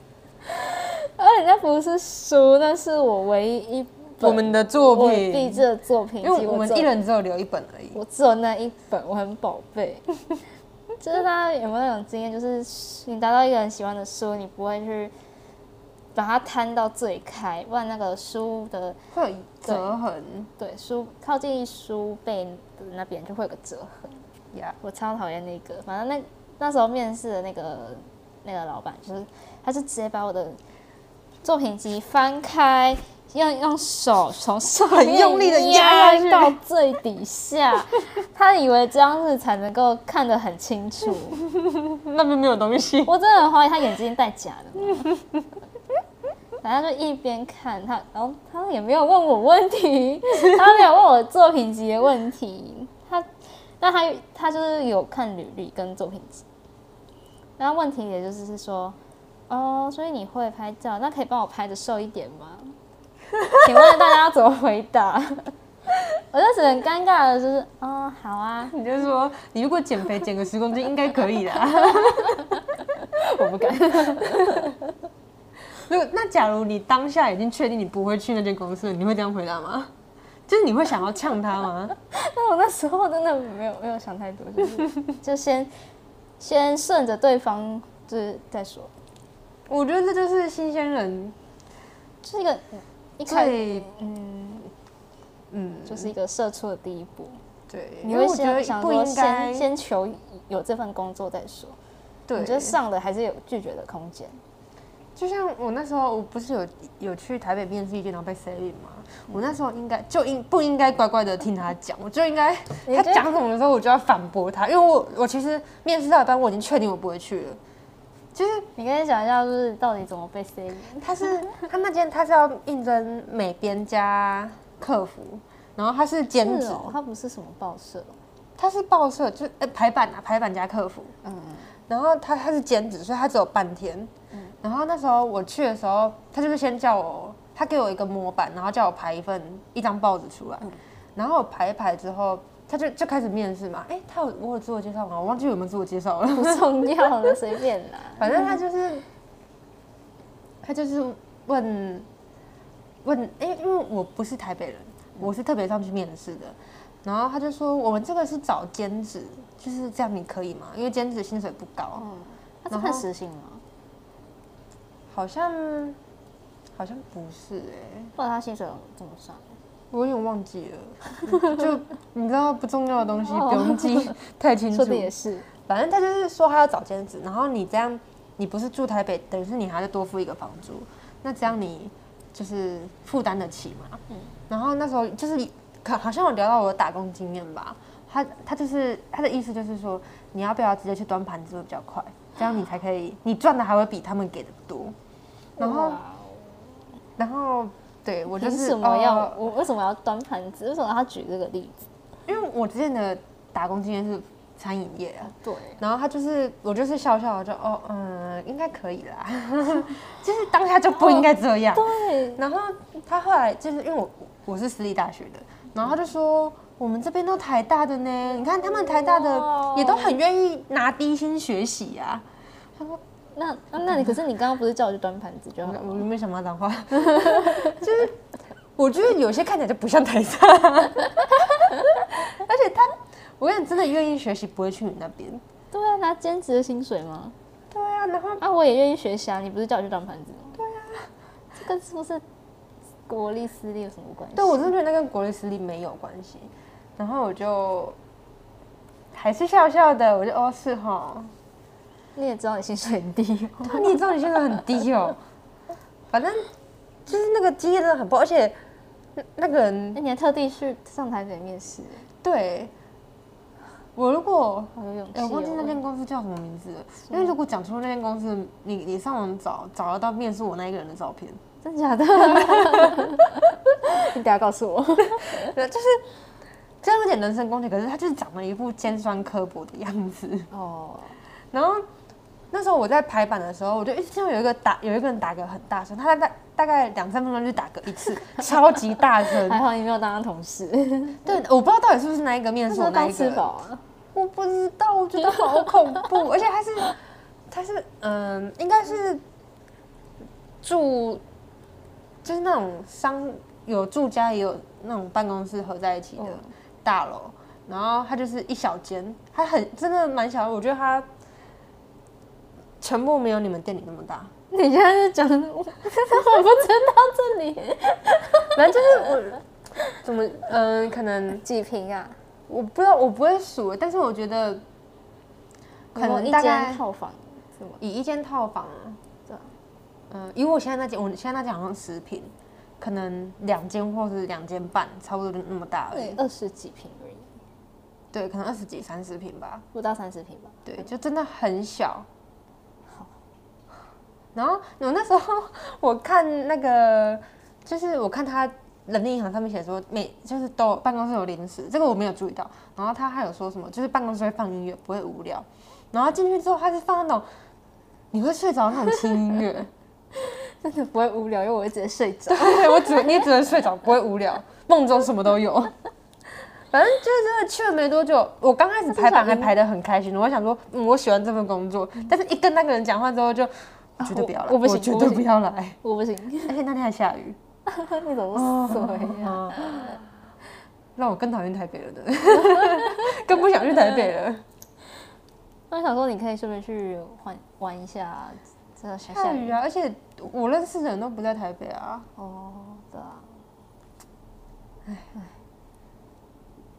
S2: 而且那不是书，那是我唯一一本
S1: 我们的作
S2: 我
S1: 品
S2: 毕制的作品，
S1: 因为
S2: 其实
S1: 我们
S2: 只有
S1: 一人只有留一本而已。
S2: 我只有那一本，我很宝 贝。就是大家有没有那种经验，就是你达到一个很喜欢的书，你不会去把它摊到最开，不然那个书的
S1: 会有折痕
S2: 对书靠近书背的那边就会有个折痕。
S1: 呀，
S2: 我超讨厌那个，反正那那时候面试的那个那个老板，就是他就直接把我的作品集翻开，用用手从上面
S1: 很用力地压
S2: 压
S1: 下去
S2: 到最底下，他以为这样子才能够看得很清楚。
S1: 那边没有东西。
S2: 我真的很怀疑他眼睛戴假的吗。然后他就一边看他，然后他也没有问我问题，他没有问我作品集的问题，他那他他就是有看履历跟作品集，然后问题也就是是说，哦，所以你会拍照，那可以帮我拍的瘦一点吗？请问大家要怎么回答？我就只能尴尬的就是，哦，好 啊，
S1: 你就说，你如果减肥减个十公斤，应该可以 的啊。
S2: 我不敢。
S1: 如果那假如你当下已经确定你不会去那间公司了，你会这样回答吗？就是你会想要呛他吗？
S2: 但我那时候真的没有没有想太多，就是就先先顺着对方就是再说，
S1: 我觉得这就是新鲜人
S2: 就是一个一开始
S1: 最
S2: 嗯，
S1: 嗯
S2: 就是一个社畜的第一步。
S1: 对，
S2: 你
S1: 因为
S2: 会
S1: 我觉得
S2: 先想
S1: 不
S2: 说
S1: 应该
S2: 先先求有这份工作再说，
S1: 对，
S2: 你觉得上了还是有拒绝的空间。
S1: 就像我那时候，我不是有有去台北面试一间，然后被 s a v i n 吗？
S2: 嗯
S1: 我那时候应该就应不应该乖乖的听他讲，我就应该
S2: 你
S1: 他
S2: 觉得
S1: 讲什么的时候，我就要反驳他，因为我我其实面试到一半，我已经确定我不会去了。就是
S2: 你可以想一下，就是到底怎么被 C
S1: 他 是他那间他是要应征美编加客服，然后他是兼职，
S2: 是哦，它不是什么报社，哦
S1: 他是报社，就是、呃排版啊，排版加客服。嗯，然后他他是兼职，所以他只有半天。然后那时候我去的时候，他就是先叫我，他给我一个模板，然后叫我排一份一张报纸出来。然后我排一排之后，他就就开始面试嘛。哎，他有我有自我介绍吗？我忘记有没有自我介绍了。
S2: 不重要的，随便啦。
S1: 反正他就是，他就是问问，哎、因为我不是台北人，我是特别上去面试的。然后他就说，我们这个是找兼职，就是这样，你可以吗？因为兼职薪水不高，
S2: 嗯，它是
S1: 然
S2: 看
S1: 后
S2: 时薪吗？
S1: 好像好像不是哎、
S2: 不然它薪水怎么算？
S1: 我有点忘记了。就你知道不重要的东西不用 记太清楚
S2: 哦说的。也是，
S1: 反正他就是说他要找兼职，然后你这样，你不是住台北，等于是你还要再多付一个房租，那这样你就是负担得起嘛。
S2: 嗯
S1: 然后那时候就是可好像有聊到我的打工经验吧，他他就是他的意思就是说，你要不要直接去端盘子会比较快，这样你才可以，你赚的还会比他们给的多。然后
S2: 哇
S1: 然后对我就
S2: 凭
S1: 是
S2: 什么要、
S1: 哦
S2: 我为什么要端盘子？为什么要举这个例子？
S1: 因为我之前的打工经验是餐饮业啊，
S2: 对，
S1: 然后他就是我就是笑笑我就哦嗯应该可以啦， 就是当下就不应该这样。
S2: 对，
S1: 然后他后来就是因为我我是私立大学的，然后他就说我们这边都台大的呢，你看他们台大
S2: 哇
S1: 的也都很愿意拿低薪学习啊。他说
S2: 那那那
S1: 嗯
S2: 你可是你刚刚不是叫我去端盘子就好
S1: 我
S2: 了？
S1: 我没想到脏话， 就是我觉得有些看起来就不像台大， 而且他我跟你讲真的愿意学习不会去你那边。
S2: 对啊，拿兼职的薪水吗？
S1: 对啊，然后
S2: 啊，我也愿意学习啊，你不是叫我去端盘子吗？对啊，这跟是不是国立私立有什么关系？
S1: 对我真的觉得那跟国立私立没有关系。然后我就还是笑笑的，我就哦是哈。
S2: 你也知道你薪水很低、哦
S1: 对，啊你也知道你现在很低哦。 反正就是那个经验真的很不好，而且那那个人
S2: 那哎你还特地去上台北面试，
S1: 哎对我如果
S2: 好有勇气、
S1: 哎
S2: 哦。
S1: 我忘记那间公司叫什么名字了，因为如果讲出那间公司，你你上网找找得到面试我那一个人的照片，
S2: 真假的？你等下告诉我。
S1: 对，就是这样有点人身攻击，可是他就是长了一副尖酸刻薄的样子。
S2: 哦，
S1: 然后那时候我在排版的时候，我就一直听到有一个打有一个人打嗝很大声，他大概大概两三分钟就打嗝一次，超级大声。
S2: 还好你没有 当他同事，
S1: 对，我不知道到底是不是那一个面
S2: 那
S1: 试
S2: 时
S1: 我
S2: 候
S1: 那
S2: 刚
S1: 一
S2: 吃
S1: 个，
S2: 饱啊。
S1: 我不知道，我觉得好恐怖，而且他是他是嗯，应该是住就是那种商有住家也有那种办公室合在一起的
S2: 嗯
S1: 大楼，然后它就是一小间，它很真的蛮小的，我觉得它全部没有你们店里那么大。
S2: 你现在是讲的， 我我不知道这里
S1: 反正就是我怎么嗯、可能
S2: 几平 啊？
S1: 我不知道，我不会数，但是我觉得可
S2: 有没有
S1: 能
S2: 一
S1: 大
S2: 间
S1: 概
S2: 套房是吗？
S1: 以一间套房，
S2: 对啊
S1: 嗯、以我现在那间，我现在那间好像十平，可能两间或是两间半，差不多就那么大而已。
S2: 二十几平而已，
S1: 对，可能二十几、三十平吧。
S2: 不到三十平吧。
S1: 对，就真的很小。然后我那时候我看那个，就是我看他人力银行上面写说每就是都有办公室有零食，这个我没有注意到。然后他还有说什么，就是办公室会放音乐，不会无聊。然后进去之后，他是放那种你会睡着的那种轻音乐，
S2: 真的不会无聊，因为我会直接睡着。
S1: 对我只你也只能睡着，不会无聊，梦中什么都有。反正就是真的去了没多久，我刚开始排版还排得很开心，我想说，嗯，我喜欢这份工作，但是一跟那个人讲话之后就，嗯啊我绝对不要来，
S2: 我我不行
S1: 绝
S2: 我
S1: 对
S2: 不
S1: 不
S2: 行
S1: 要来，
S2: 我不行，
S1: 而且那天还下雨，
S2: 那种水呀。
S1: 啊， 让我更讨厌台北了的， 更不想去台北了。
S2: 那我想说，你可以顺便去玩玩一下，这个下
S1: 下
S2: 下
S1: 雨
S2: 雨。
S1: 啊，而且我认识的人都不在台北啊，
S2: 哦，对啊。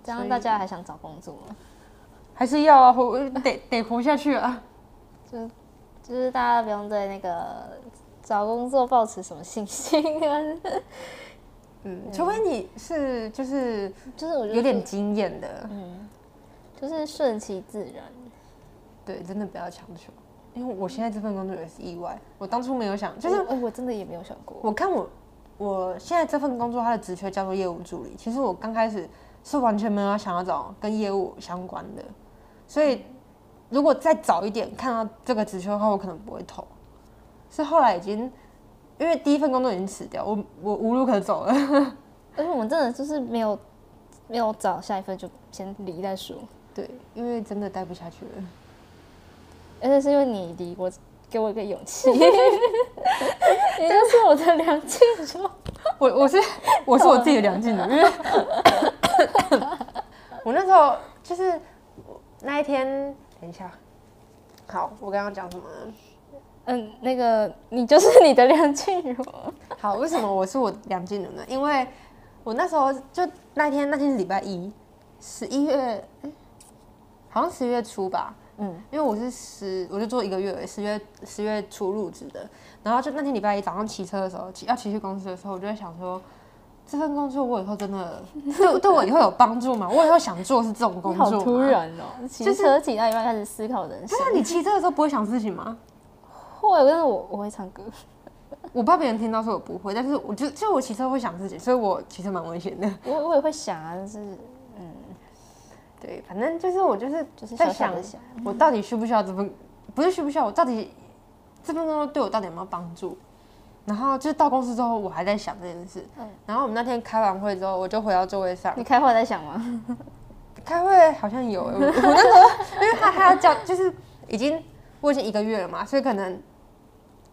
S2: 这
S1: 所
S2: 样
S1: 以
S2: 大家还想找工作吗？
S1: 还是要啊，活得得活下去啊。
S2: 就是大家不用对那个找工作抱持什么信心啊，
S1: 嗯，除非你是就是
S2: 就是我觉得
S1: 有点经验的，
S2: 就是顺其自然。
S1: 对，真的不要强求，因为我现在这份工作也是意外，我当初没有想，就
S2: 就是
S1: 是
S2: 我我真的也没有想过，
S1: 我看我我现在这份工作，它的职缺叫做业务助理，其实我刚开始是完全没有想要找跟业务相关的，所以如果再早一点看到这个职缺的话，我可能不会投，是后来已经。因为第一份工作已经辞掉，我我无路可走了。
S2: 而且我们真的就是没有没有找下一份就先离再说，
S1: 对，因为真的待不下去了。
S2: 而且是因为你离我给我一个勇 气，你就是我的梁静茹。
S1: 我我是我是我自己的梁静茹，因为 我那时候就是我那一天，等一下，好，我刚刚讲什么呢？
S2: 嗯，那个你就是你的梁静茹，
S1: 好，为什么我是我梁静茹呢？因为我那时候就那天那天是礼拜一，十一月，诶好像十月初吧。嗯
S2: 嗯，
S1: 因为我是十，我就做一个月而已，十月十月初入职的。然后就那天礼拜一早上骑车的时候，骑要骑去公司的时候，我就在想说，这份工作我以后真的 对对我以后有帮助吗？我以后想做是这种工
S2: 你
S1: 作
S2: 好
S1: 吗
S2: 突。然哦！骑
S1: 就是
S2: 车骑到一半开始思考人生
S1: 对，啊，你骑车的时候不会想事情吗？
S2: 会，但是我我会唱歌，
S1: 我怕别人听到说我不会，但是我就就我骑车会想事情，所以我骑车蛮危险的。
S2: 我我也会想啊，就是嗯，
S1: 对，反正就是我就是
S2: 就是
S1: 在
S2: 小小
S1: 想
S2: 的，想，
S1: 我到底需不需要这份，不是需不需要，我到底这份工作对我到底有没有帮助？然后就是到公司之后，我还在想这件事。
S2: 嗯
S1: 然后我们那天开完会之后，我就回到座位上，
S2: 你开会在想 吗？
S1: 开会好像有、欸，我我那时候因为他他要叫，就是已经我已经一个月了嘛，所以可能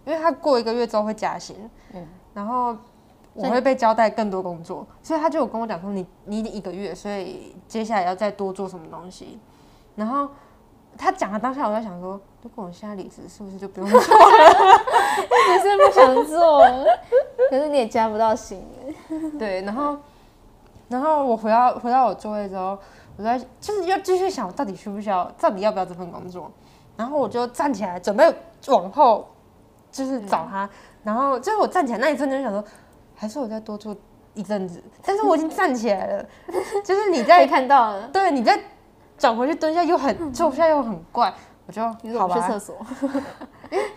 S1: 因为他过一个月之后会加薪，
S2: 嗯
S1: 然后
S2: 所
S1: 我
S2: 以
S1: 会被交代更多工作，所以他就有跟我讲说你你已经一个月，所以接下来要再多做什么东西。然后他讲的当下，我在想说，如果我现在离职，是不是就不用做？
S2: 只是不想做， 可是你也加不到薪。
S1: 对，然后然后我回到回到我座位之后，我在就是要继续想，我到底需不需要，到底要不要这份工作？然后我就站起来准备往后就是找
S2: 嗯
S1: 他，然后就是我站起来那一瞬间就想说，还是我再多做一阵子，但是我已经站起来了， 就是你
S2: 被
S1: 在
S2: 看到了，
S1: 对你在转回去蹲下又很坐下又很怪，我就
S2: 你怎
S1: 好
S2: 么去
S1: 吧。
S2: 厕所？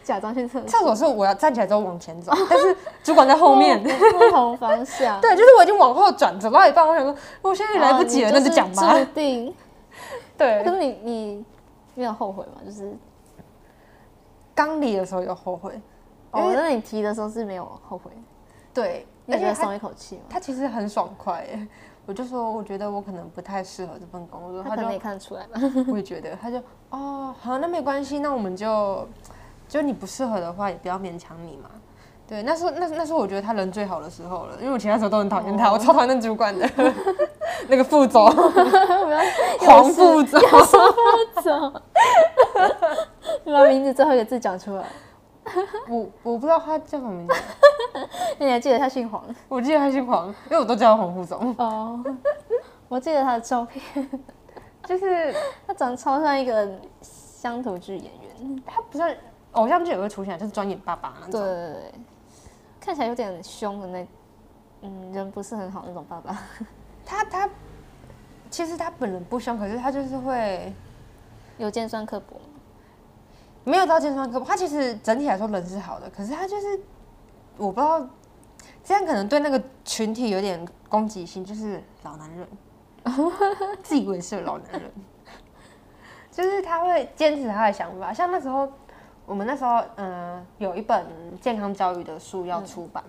S2: 假装 去厕所，
S1: 厕所是我要站起来之后往前走，但是主管在后面。
S2: 不同方向。
S1: 对，就是我已经往后转，走到一半，我想说，我现在也 来不及了，
S2: 哦
S1: 那
S2: 你
S1: 就讲吧。
S2: 是注定。
S1: 对
S2: 可，是你你你有后悔吗？就是
S1: 刚离的时候有后悔，因
S2: 哦
S1: 为，
S2: 那你提的时候是没有后悔，
S1: 对，
S2: 你
S1: 而
S2: 有觉
S1: 且
S2: 得
S1: 他
S2: 松一口气吗？
S1: 他其实很爽快耶。我就说，我觉得我可能不太适合这份工作，
S2: 他可
S1: 他
S2: 能也
S1: 就
S2: 看得出来吧。
S1: 我也觉 得，他就哦，好，那没关系，那我们就就你不适合的话，也不要勉强你嘛。对，那时候那那时候我觉得他人最好的时候了，因为我其他时候都很讨厌他，我超讨厌那主管的 那个副 总 黄副总，
S2: 走，你把名字最后一个字讲 出来。
S1: 我我不知道他叫什么名字，
S2: 那你还记得他姓黄
S1: 我记得他姓黄，因为我都叫他黄副总，
S2: 哦？ 我记得他的照片，
S1: 就是
S2: 他长得超像一个乡土剧演员，
S1: 他不像偶像剧也会出现，就是专演爸爸那
S2: 对对
S1: 种。
S2: 对对，看起来有点凶的那，嗯，人不是很好那种爸爸。
S1: 他他其实他本人不凶，可是他就是会
S2: 有尖酸刻薄吗？
S1: 没有到尖酸刻薄。他其实整体来说人是好的，可是他就是我不知道，这样可能对那个群体有点攻击性，就是老男人， 自以为是的老男人，就是他会坚持他的想法。像那时候我们那时候嗯、呃有一本健康教育的书要出版，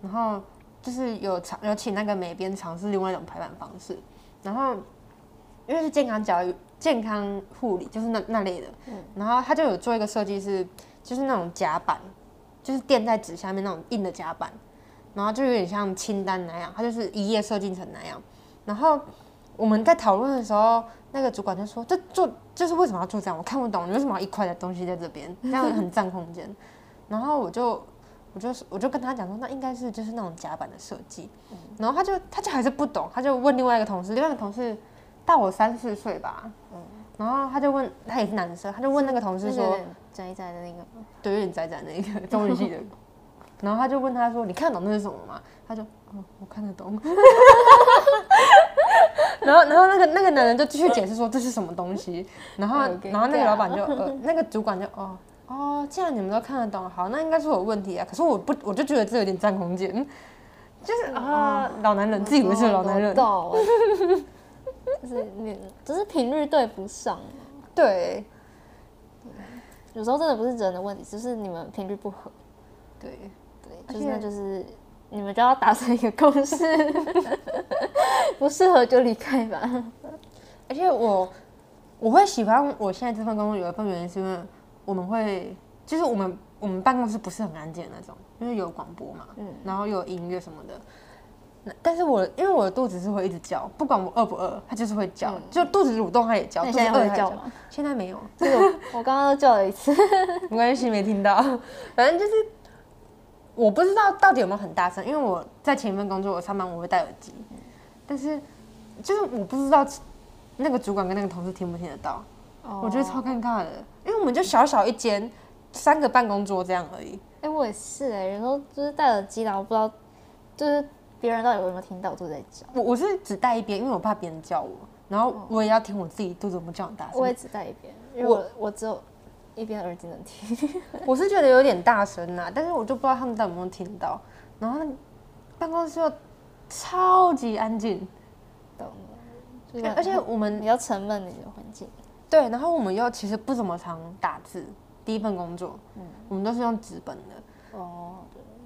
S1: 然后就是有尝有请那个美编尝试另外一种排版方式，然后因为是健康教育、健康护理，就是那那类的，然后他就有做一个设计是就是那种夹板，就是垫在纸下面那种硬的夹板，然后就有点像清单那样，它就是一页设计成那样，然后。我们在讨论的时候，那个主管就说：“这做就是为什么要做这样？我看不懂，你为什么要一块的东西在这边？这样很占空间。” 然后我就我就我就跟他讲说，那应该是就是那种夹板的设计。然后他就他就还是不懂，他就问另外一个同事，另外一个同事大我三四岁吧。然后他就问，他也是男生，他就问那个同事
S2: 那个
S1: 说
S2: 有，点宅宅的那个吗，
S1: 对，有点窄窄那 个中文系的。然后他就问他说：“你看得懂那是什么吗？”他就：“嗯，我看得 懂。”然后，然后那个那个男人就继续解释说这是什么东西。然后
S2: 好尴，尬
S1: 然后那个老板就呃，那个主管就哦哦，既然你们都看得懂，好，那应该是我有问题啊。可是我不，我就觉得这有点占空间，就是啊、老男人自以为是老男人。
S2: 哦懂，就是你，只是频率对不上，
S1: 对
S2: 有时候真的不是人的问题，就是你们频率不合，
S1: 对，
S2: 对，
S1: 而
S2: 就
S1: 且
S2: 是那就是你们就要达成一个共 识，不适合就离开吧。
S1: 而且我我会喜欢我现在这份工作，有一份原因是因为我们会，就是我们我们办公室不是很安静的那种，因为有广播嘛，
S2: 嗯
S1: 然后有音乐什么的。那但是我因为我的肚子是会一直叫，不管我饿不饿，它就是会叫，就肚子蠕动它也叫，
S2: 嗯
S1: 肚
S2: 那你
S1: 子
S2: 现在
S1: 饿
S2: 会
S1: 它也
S2: 叫
S1: 叫。
S2: 吗？
S1: 现在没有，
S2: 就是我我刚刚都叫了一次，
S1: 没关系，没听到。 反正就是我不知道到底有没有很大声，因为我在前一份工作，我上班我会戴耳机，但是就是我不知道那个主管跟那个同事听不听得到。我觉得超
S2: 哦，
S1: 尴尬的，因为我们就小小一间，三个办公桌这样而已。
S2: 哎、我也是哎、有时候就是戴耳机，然后不知道就是别人到底有没有听到我都在叫，
S1: 我我是只带一边，因为我怕别人叫我，然后我也要听我自己肚子有没有叫很大声
S2: 我。也只戴一边，因为我我只有一边耳机能听。
S1: 我是觉得有点大声啦、但是我就不知道他们到底有没有听到。然后那办公室又超级安静，
S2: 懂了，就是
S1: 哎而且我们
S2: 比较沉闷的一个环境。
S1: 对，然后我们又其实不怎么常打字，第一份工作，
S2: 嗯
S1: 我们都是用纸本的，
S2: 哦，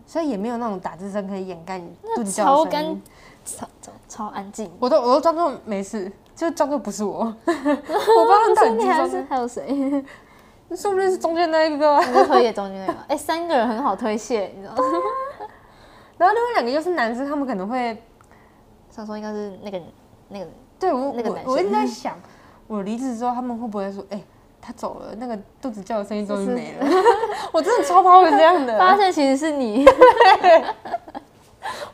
S1: 所以也没有那种打字声可以掩盖你肚
S2: 那
S1: 子
S2: 超
S1: 叫的声
S2: 干
S1: 音。，
S2: 超超超安静。
S1: 我都我都装作没事，就装作不是我，我 不知道 他们到底是
S2: 中间还
S1: 装
S2: 是
S1: 作，
S2: 还有谁？
S1: 说不定是中间那一个啊、
S2: 你就推卸中间那个，哎、三个人很好推卸，你知道吗？
S1: 然后另外两个又是男生，他们可能会
S2: 想说应该是那个那个人，
S1: 对我
S2: 那个男
S1: 我我一直
S2: 生嗯
S1: 在想，我离职之后他们会不会说，哎、他走了，那个肚子叫的声音终于
S2: 是
S1: 没了。 我真的超怕会这样
S2: 发
S1: 的，
S2: 现其实 是你。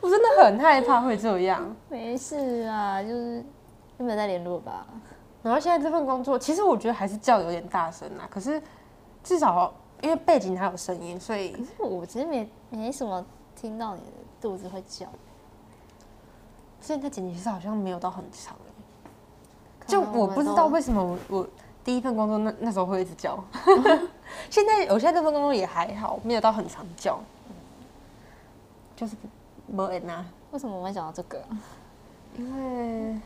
S1: 我真的很害怕会这样。
S2: 没事啊，就是你们在联络吧。
S1: 然后现在这份工作，其实我觉得还是叫得有点大声啦，可是至少因为背景它有声音，所以
S2: 可是我其实没没什么听到你的肚子会叫，
S1: 所以那剪辑师好像没有到很长、欸。
S2: 可
S1: 就
S2: 能
S1: 我
S2: 们
S1: 不知
S2: 都
S1: 道为什么我我第一份工作那那时候会一直叫，现在我现在这份工作也还好，没有到很常叫，就是没人啊，
S2: 为什么我们讲到这个
S1: 因为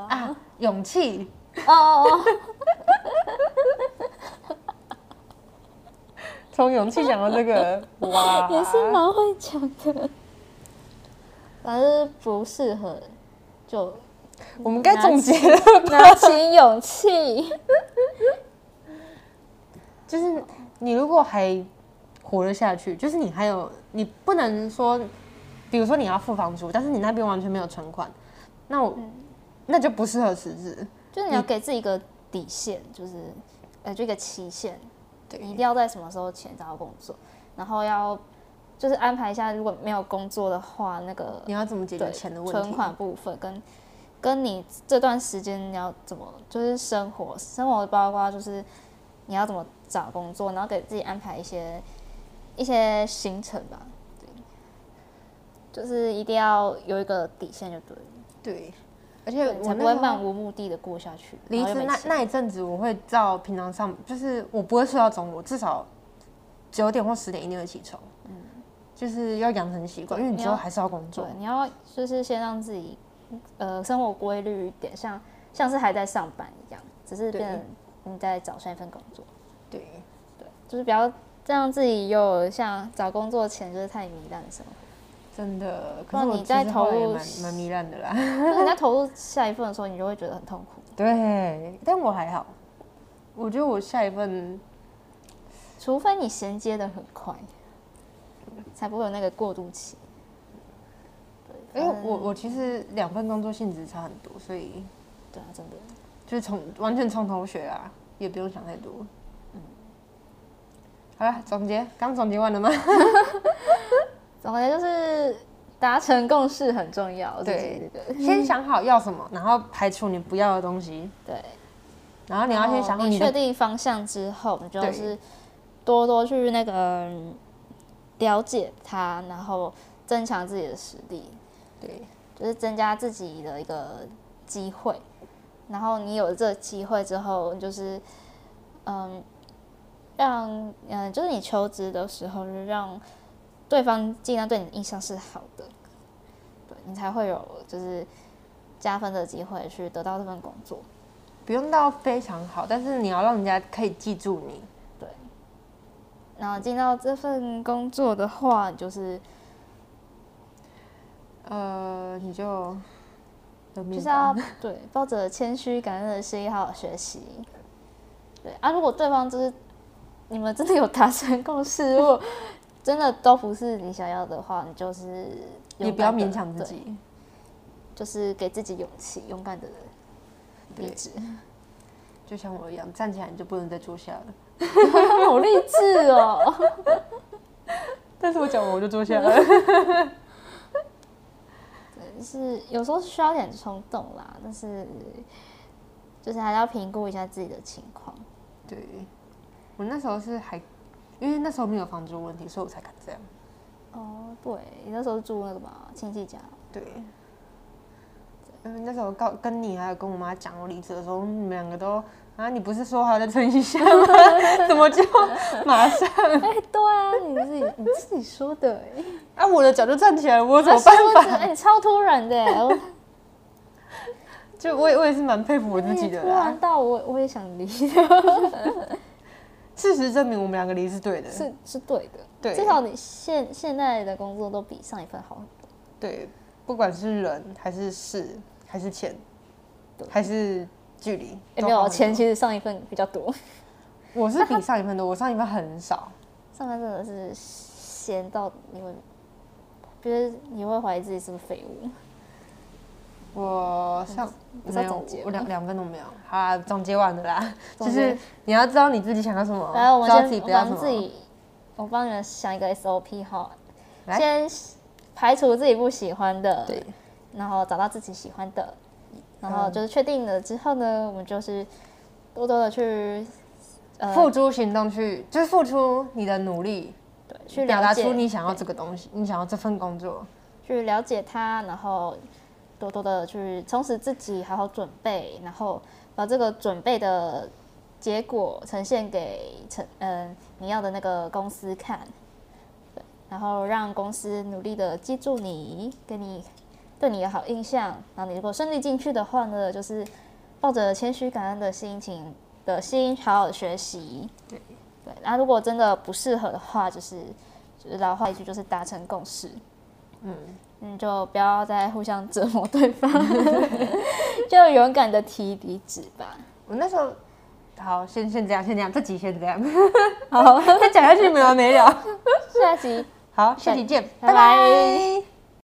S2: 啊
S1: 啊勇气。
S2: 哦哦 哦，
S1: 从勇气讲到这个，哇，
S2: 也是蛮会讲的，反正不适合就
S1: 我们该总结了
S2: 拿起勇气。
S1: 就是你如果还活得下去，就是你还有你不能说，比如说你要付房租，但是你那边完全没有存款，那我、那就不适合辞职。
S2: 就是你要给自己一个底线，就是呃，就一个期限，
S1: 对
S2: 你一定要在什么时候前找到工作，然后要就是安排一下，如果没有工作的话，那个
S1: 你要怎么解决
S2: 对
S1: 钱的问题？
S2: 存款部分跟跟你这段时间你要怎么就是生活，生活包括就是你要怎么找工作，然后给自己安排一些一些行程吧，对，就是一定要有一个底线就对了，
S1: 对，而且
S2: 才
S1: 我
S2: 不
S1: 那
S2: 会
S1: 时候
S2: 漫无目的的过下去。
S1: 离
S2: 然后又
S1: 职
S2: 没
S1: 那
S2: 钱
S1: 那一阵子，我会照平常上，就是我不会睡到中午，至少九点或十点一定会起床。就是要养成习惯，因为你
S2: 你
S1: 之后
S2: 嗯要
S1: 还是要工作
S2: 对。，你要就是先让自己呃生活规律一点，像像是还在上班一样，只是
S1: 对
S2: 变成你在找下一份工作，
S1: 对，
S2: 对，就是不要再让自己又像找工作前就是太糜烂的生活。
S1: 真的。
S2: 不
S1: 可
S2: 然
S1: 是我
S2: 你在
S1: 其实后来也
S2: 投入
S1: 蛮蛮糜烂的啦。
S2: 就是你在投入下一份的时候，你就会觉得很痛苦，
S1: 对，但我还好，我觉得我下一份
S2: 除非你衔接的很快，才不会有那个过渡期。
S1: 因为
S2: 嗯
S1: 我我其实两份工作性质差很多，所以
S2: 对啊，真的。
S1: 就是从完全从头学啊，也不用想太多。嗯好了，总结刚总结完了吗？
S2: 总结就是达成共识很重要。我自己
S1: 对
S2: 觉得
S1: 先想好要什么，然后排除你不要的东西，
S2: 对。
S1: 然后你要先想好
S2: 哦你
S1: 你
S2: 确
S1: 的
S2: 定方向之后，你就
S1: 对
S2: 是多多去那个嗯了解它，然后增强自己的实力，
S1: 对
S2: 就是增加自己的一个机会。然后你有这个机会之后，你就是嗯，让嗯，就是你求职的时候，就是让对方尽量对你的印象是好的，对你才会有就是加分的机会去得到这份工作。
S1: 不用到非常好，但是你要让人家可以记住你。
S2: 对，然后进到这份工作的话，就是
S1: 呃，你就有
S2: 就
S1: 命
S2: 是
S1: 吧
S2: 要对抱着谦虚感恩的心，好好学习。对啊，如果对方就是你们真的有达成共识，如果真的都不是你想要的话，你就是
S1: 也
S2: 勇
S1: 不要
S2: 敢地
S1: 勉强自
S2: 对
S1: 己。
S2: 就是给自己勇气，勇敢的
S1: 对
S2: 离职。
S1: 就像我一样，站起来你就不能再坐下了。
S2: 好励志 哦！
S1: 但是我讲完我就坐下了。
S2: 就是有时候需要一点冲动啦，但是就是还是要评估一下自己的情况。
S1: 对，我那时候是还，因为那时候没有房租问题，所以我才敢这样。
S2: 哦，对，你那时候住那个嘛亲戚家，
S1: 对，嗯，那时候告跟你还有跟我妈讲我离职的时候，你们两个都啊，你不是说还要再撑一下吗？ 怎么就马上
S2: 哎、对啊，你自己你自己说的、哎，
S1: 啊？我的脚就站起来了，我有什么
S2: 啊
S1: 办
S2: 说
S1: 法？
S2: 着哎、你超突然的、哎我
S1: 就我也我也是蛮佩服我自己的
S2: 突
S1: 啦
S2: 然。到我，我也想离，
S1: 事实证明我们两个离是对的，
S2: 是是对的。
S1: 对
S2: 至少你现现在的工作都比上一份好很多。
S1: 对，不管是人还是事还是钱
S2: 对，
S1: 还是距离，
S2: 也
S1: 都
S2: 没有
S1: 好
S2: 钱，其实上一份比较多，
S1: 我是比上一份多， 我上一份很少。
S2: 上一份真的是闲到你会，就是你会怀疑自己是不是废物。
S1: 我上
S2: 你是要
S1: 没有
S2: 总结吗，
S1: 我两两分都没有。好啦，总结完了啦，
S2: 总
S1: 就
S2: 结
S1: 是你要知道你自己想要什么，
S2: 来，我
S1: 哦知
S2: 们
S1: 道自己
S2: 先
S1: 不
S2: 我
S1: 要什
S2: 们
S1: 么。
S2: 自己，我帮你们想一个 SOP 哈，
S1: 来
S2: 先排除自己不喜欢的，
S1: 对，嗯
S2: 然后找到自己喜欢的，然后就是确定了之后呢，我们就是多多的去呃
S1: 付诸行动去，就是付出你的努力，
S2: 对去
S1: 表
S2: 了
S1: 达
S2: 解
S1: 出你想要这个东西，你想要这份工作。
S2: 去了解它，然后多多的去充实自己，好好准备，然后把这个准备的结果呈现给成嗯、你要的那个公司看，对，然后让公司努力的记住你，给你对你有好印象，然后你如果顺利进去的话呢，就是抱着谦虚感恩的心情的心，好好地学习。
S1: 对
S2: 对，然后如果真的不适合的话，就是就是老话一句，就是达成共识。嗯，就不要再互相折磨对方， 就勇敢的提离职吧。
S1: 我那时候，好，先先这样，先这样，这集先这样，
S2: 好，
S1: 再讲下去没完没了。
S2: 下集
S1: 好，下集见，
S2: 拜
S1: 拜
S2: 拜
S1: 拜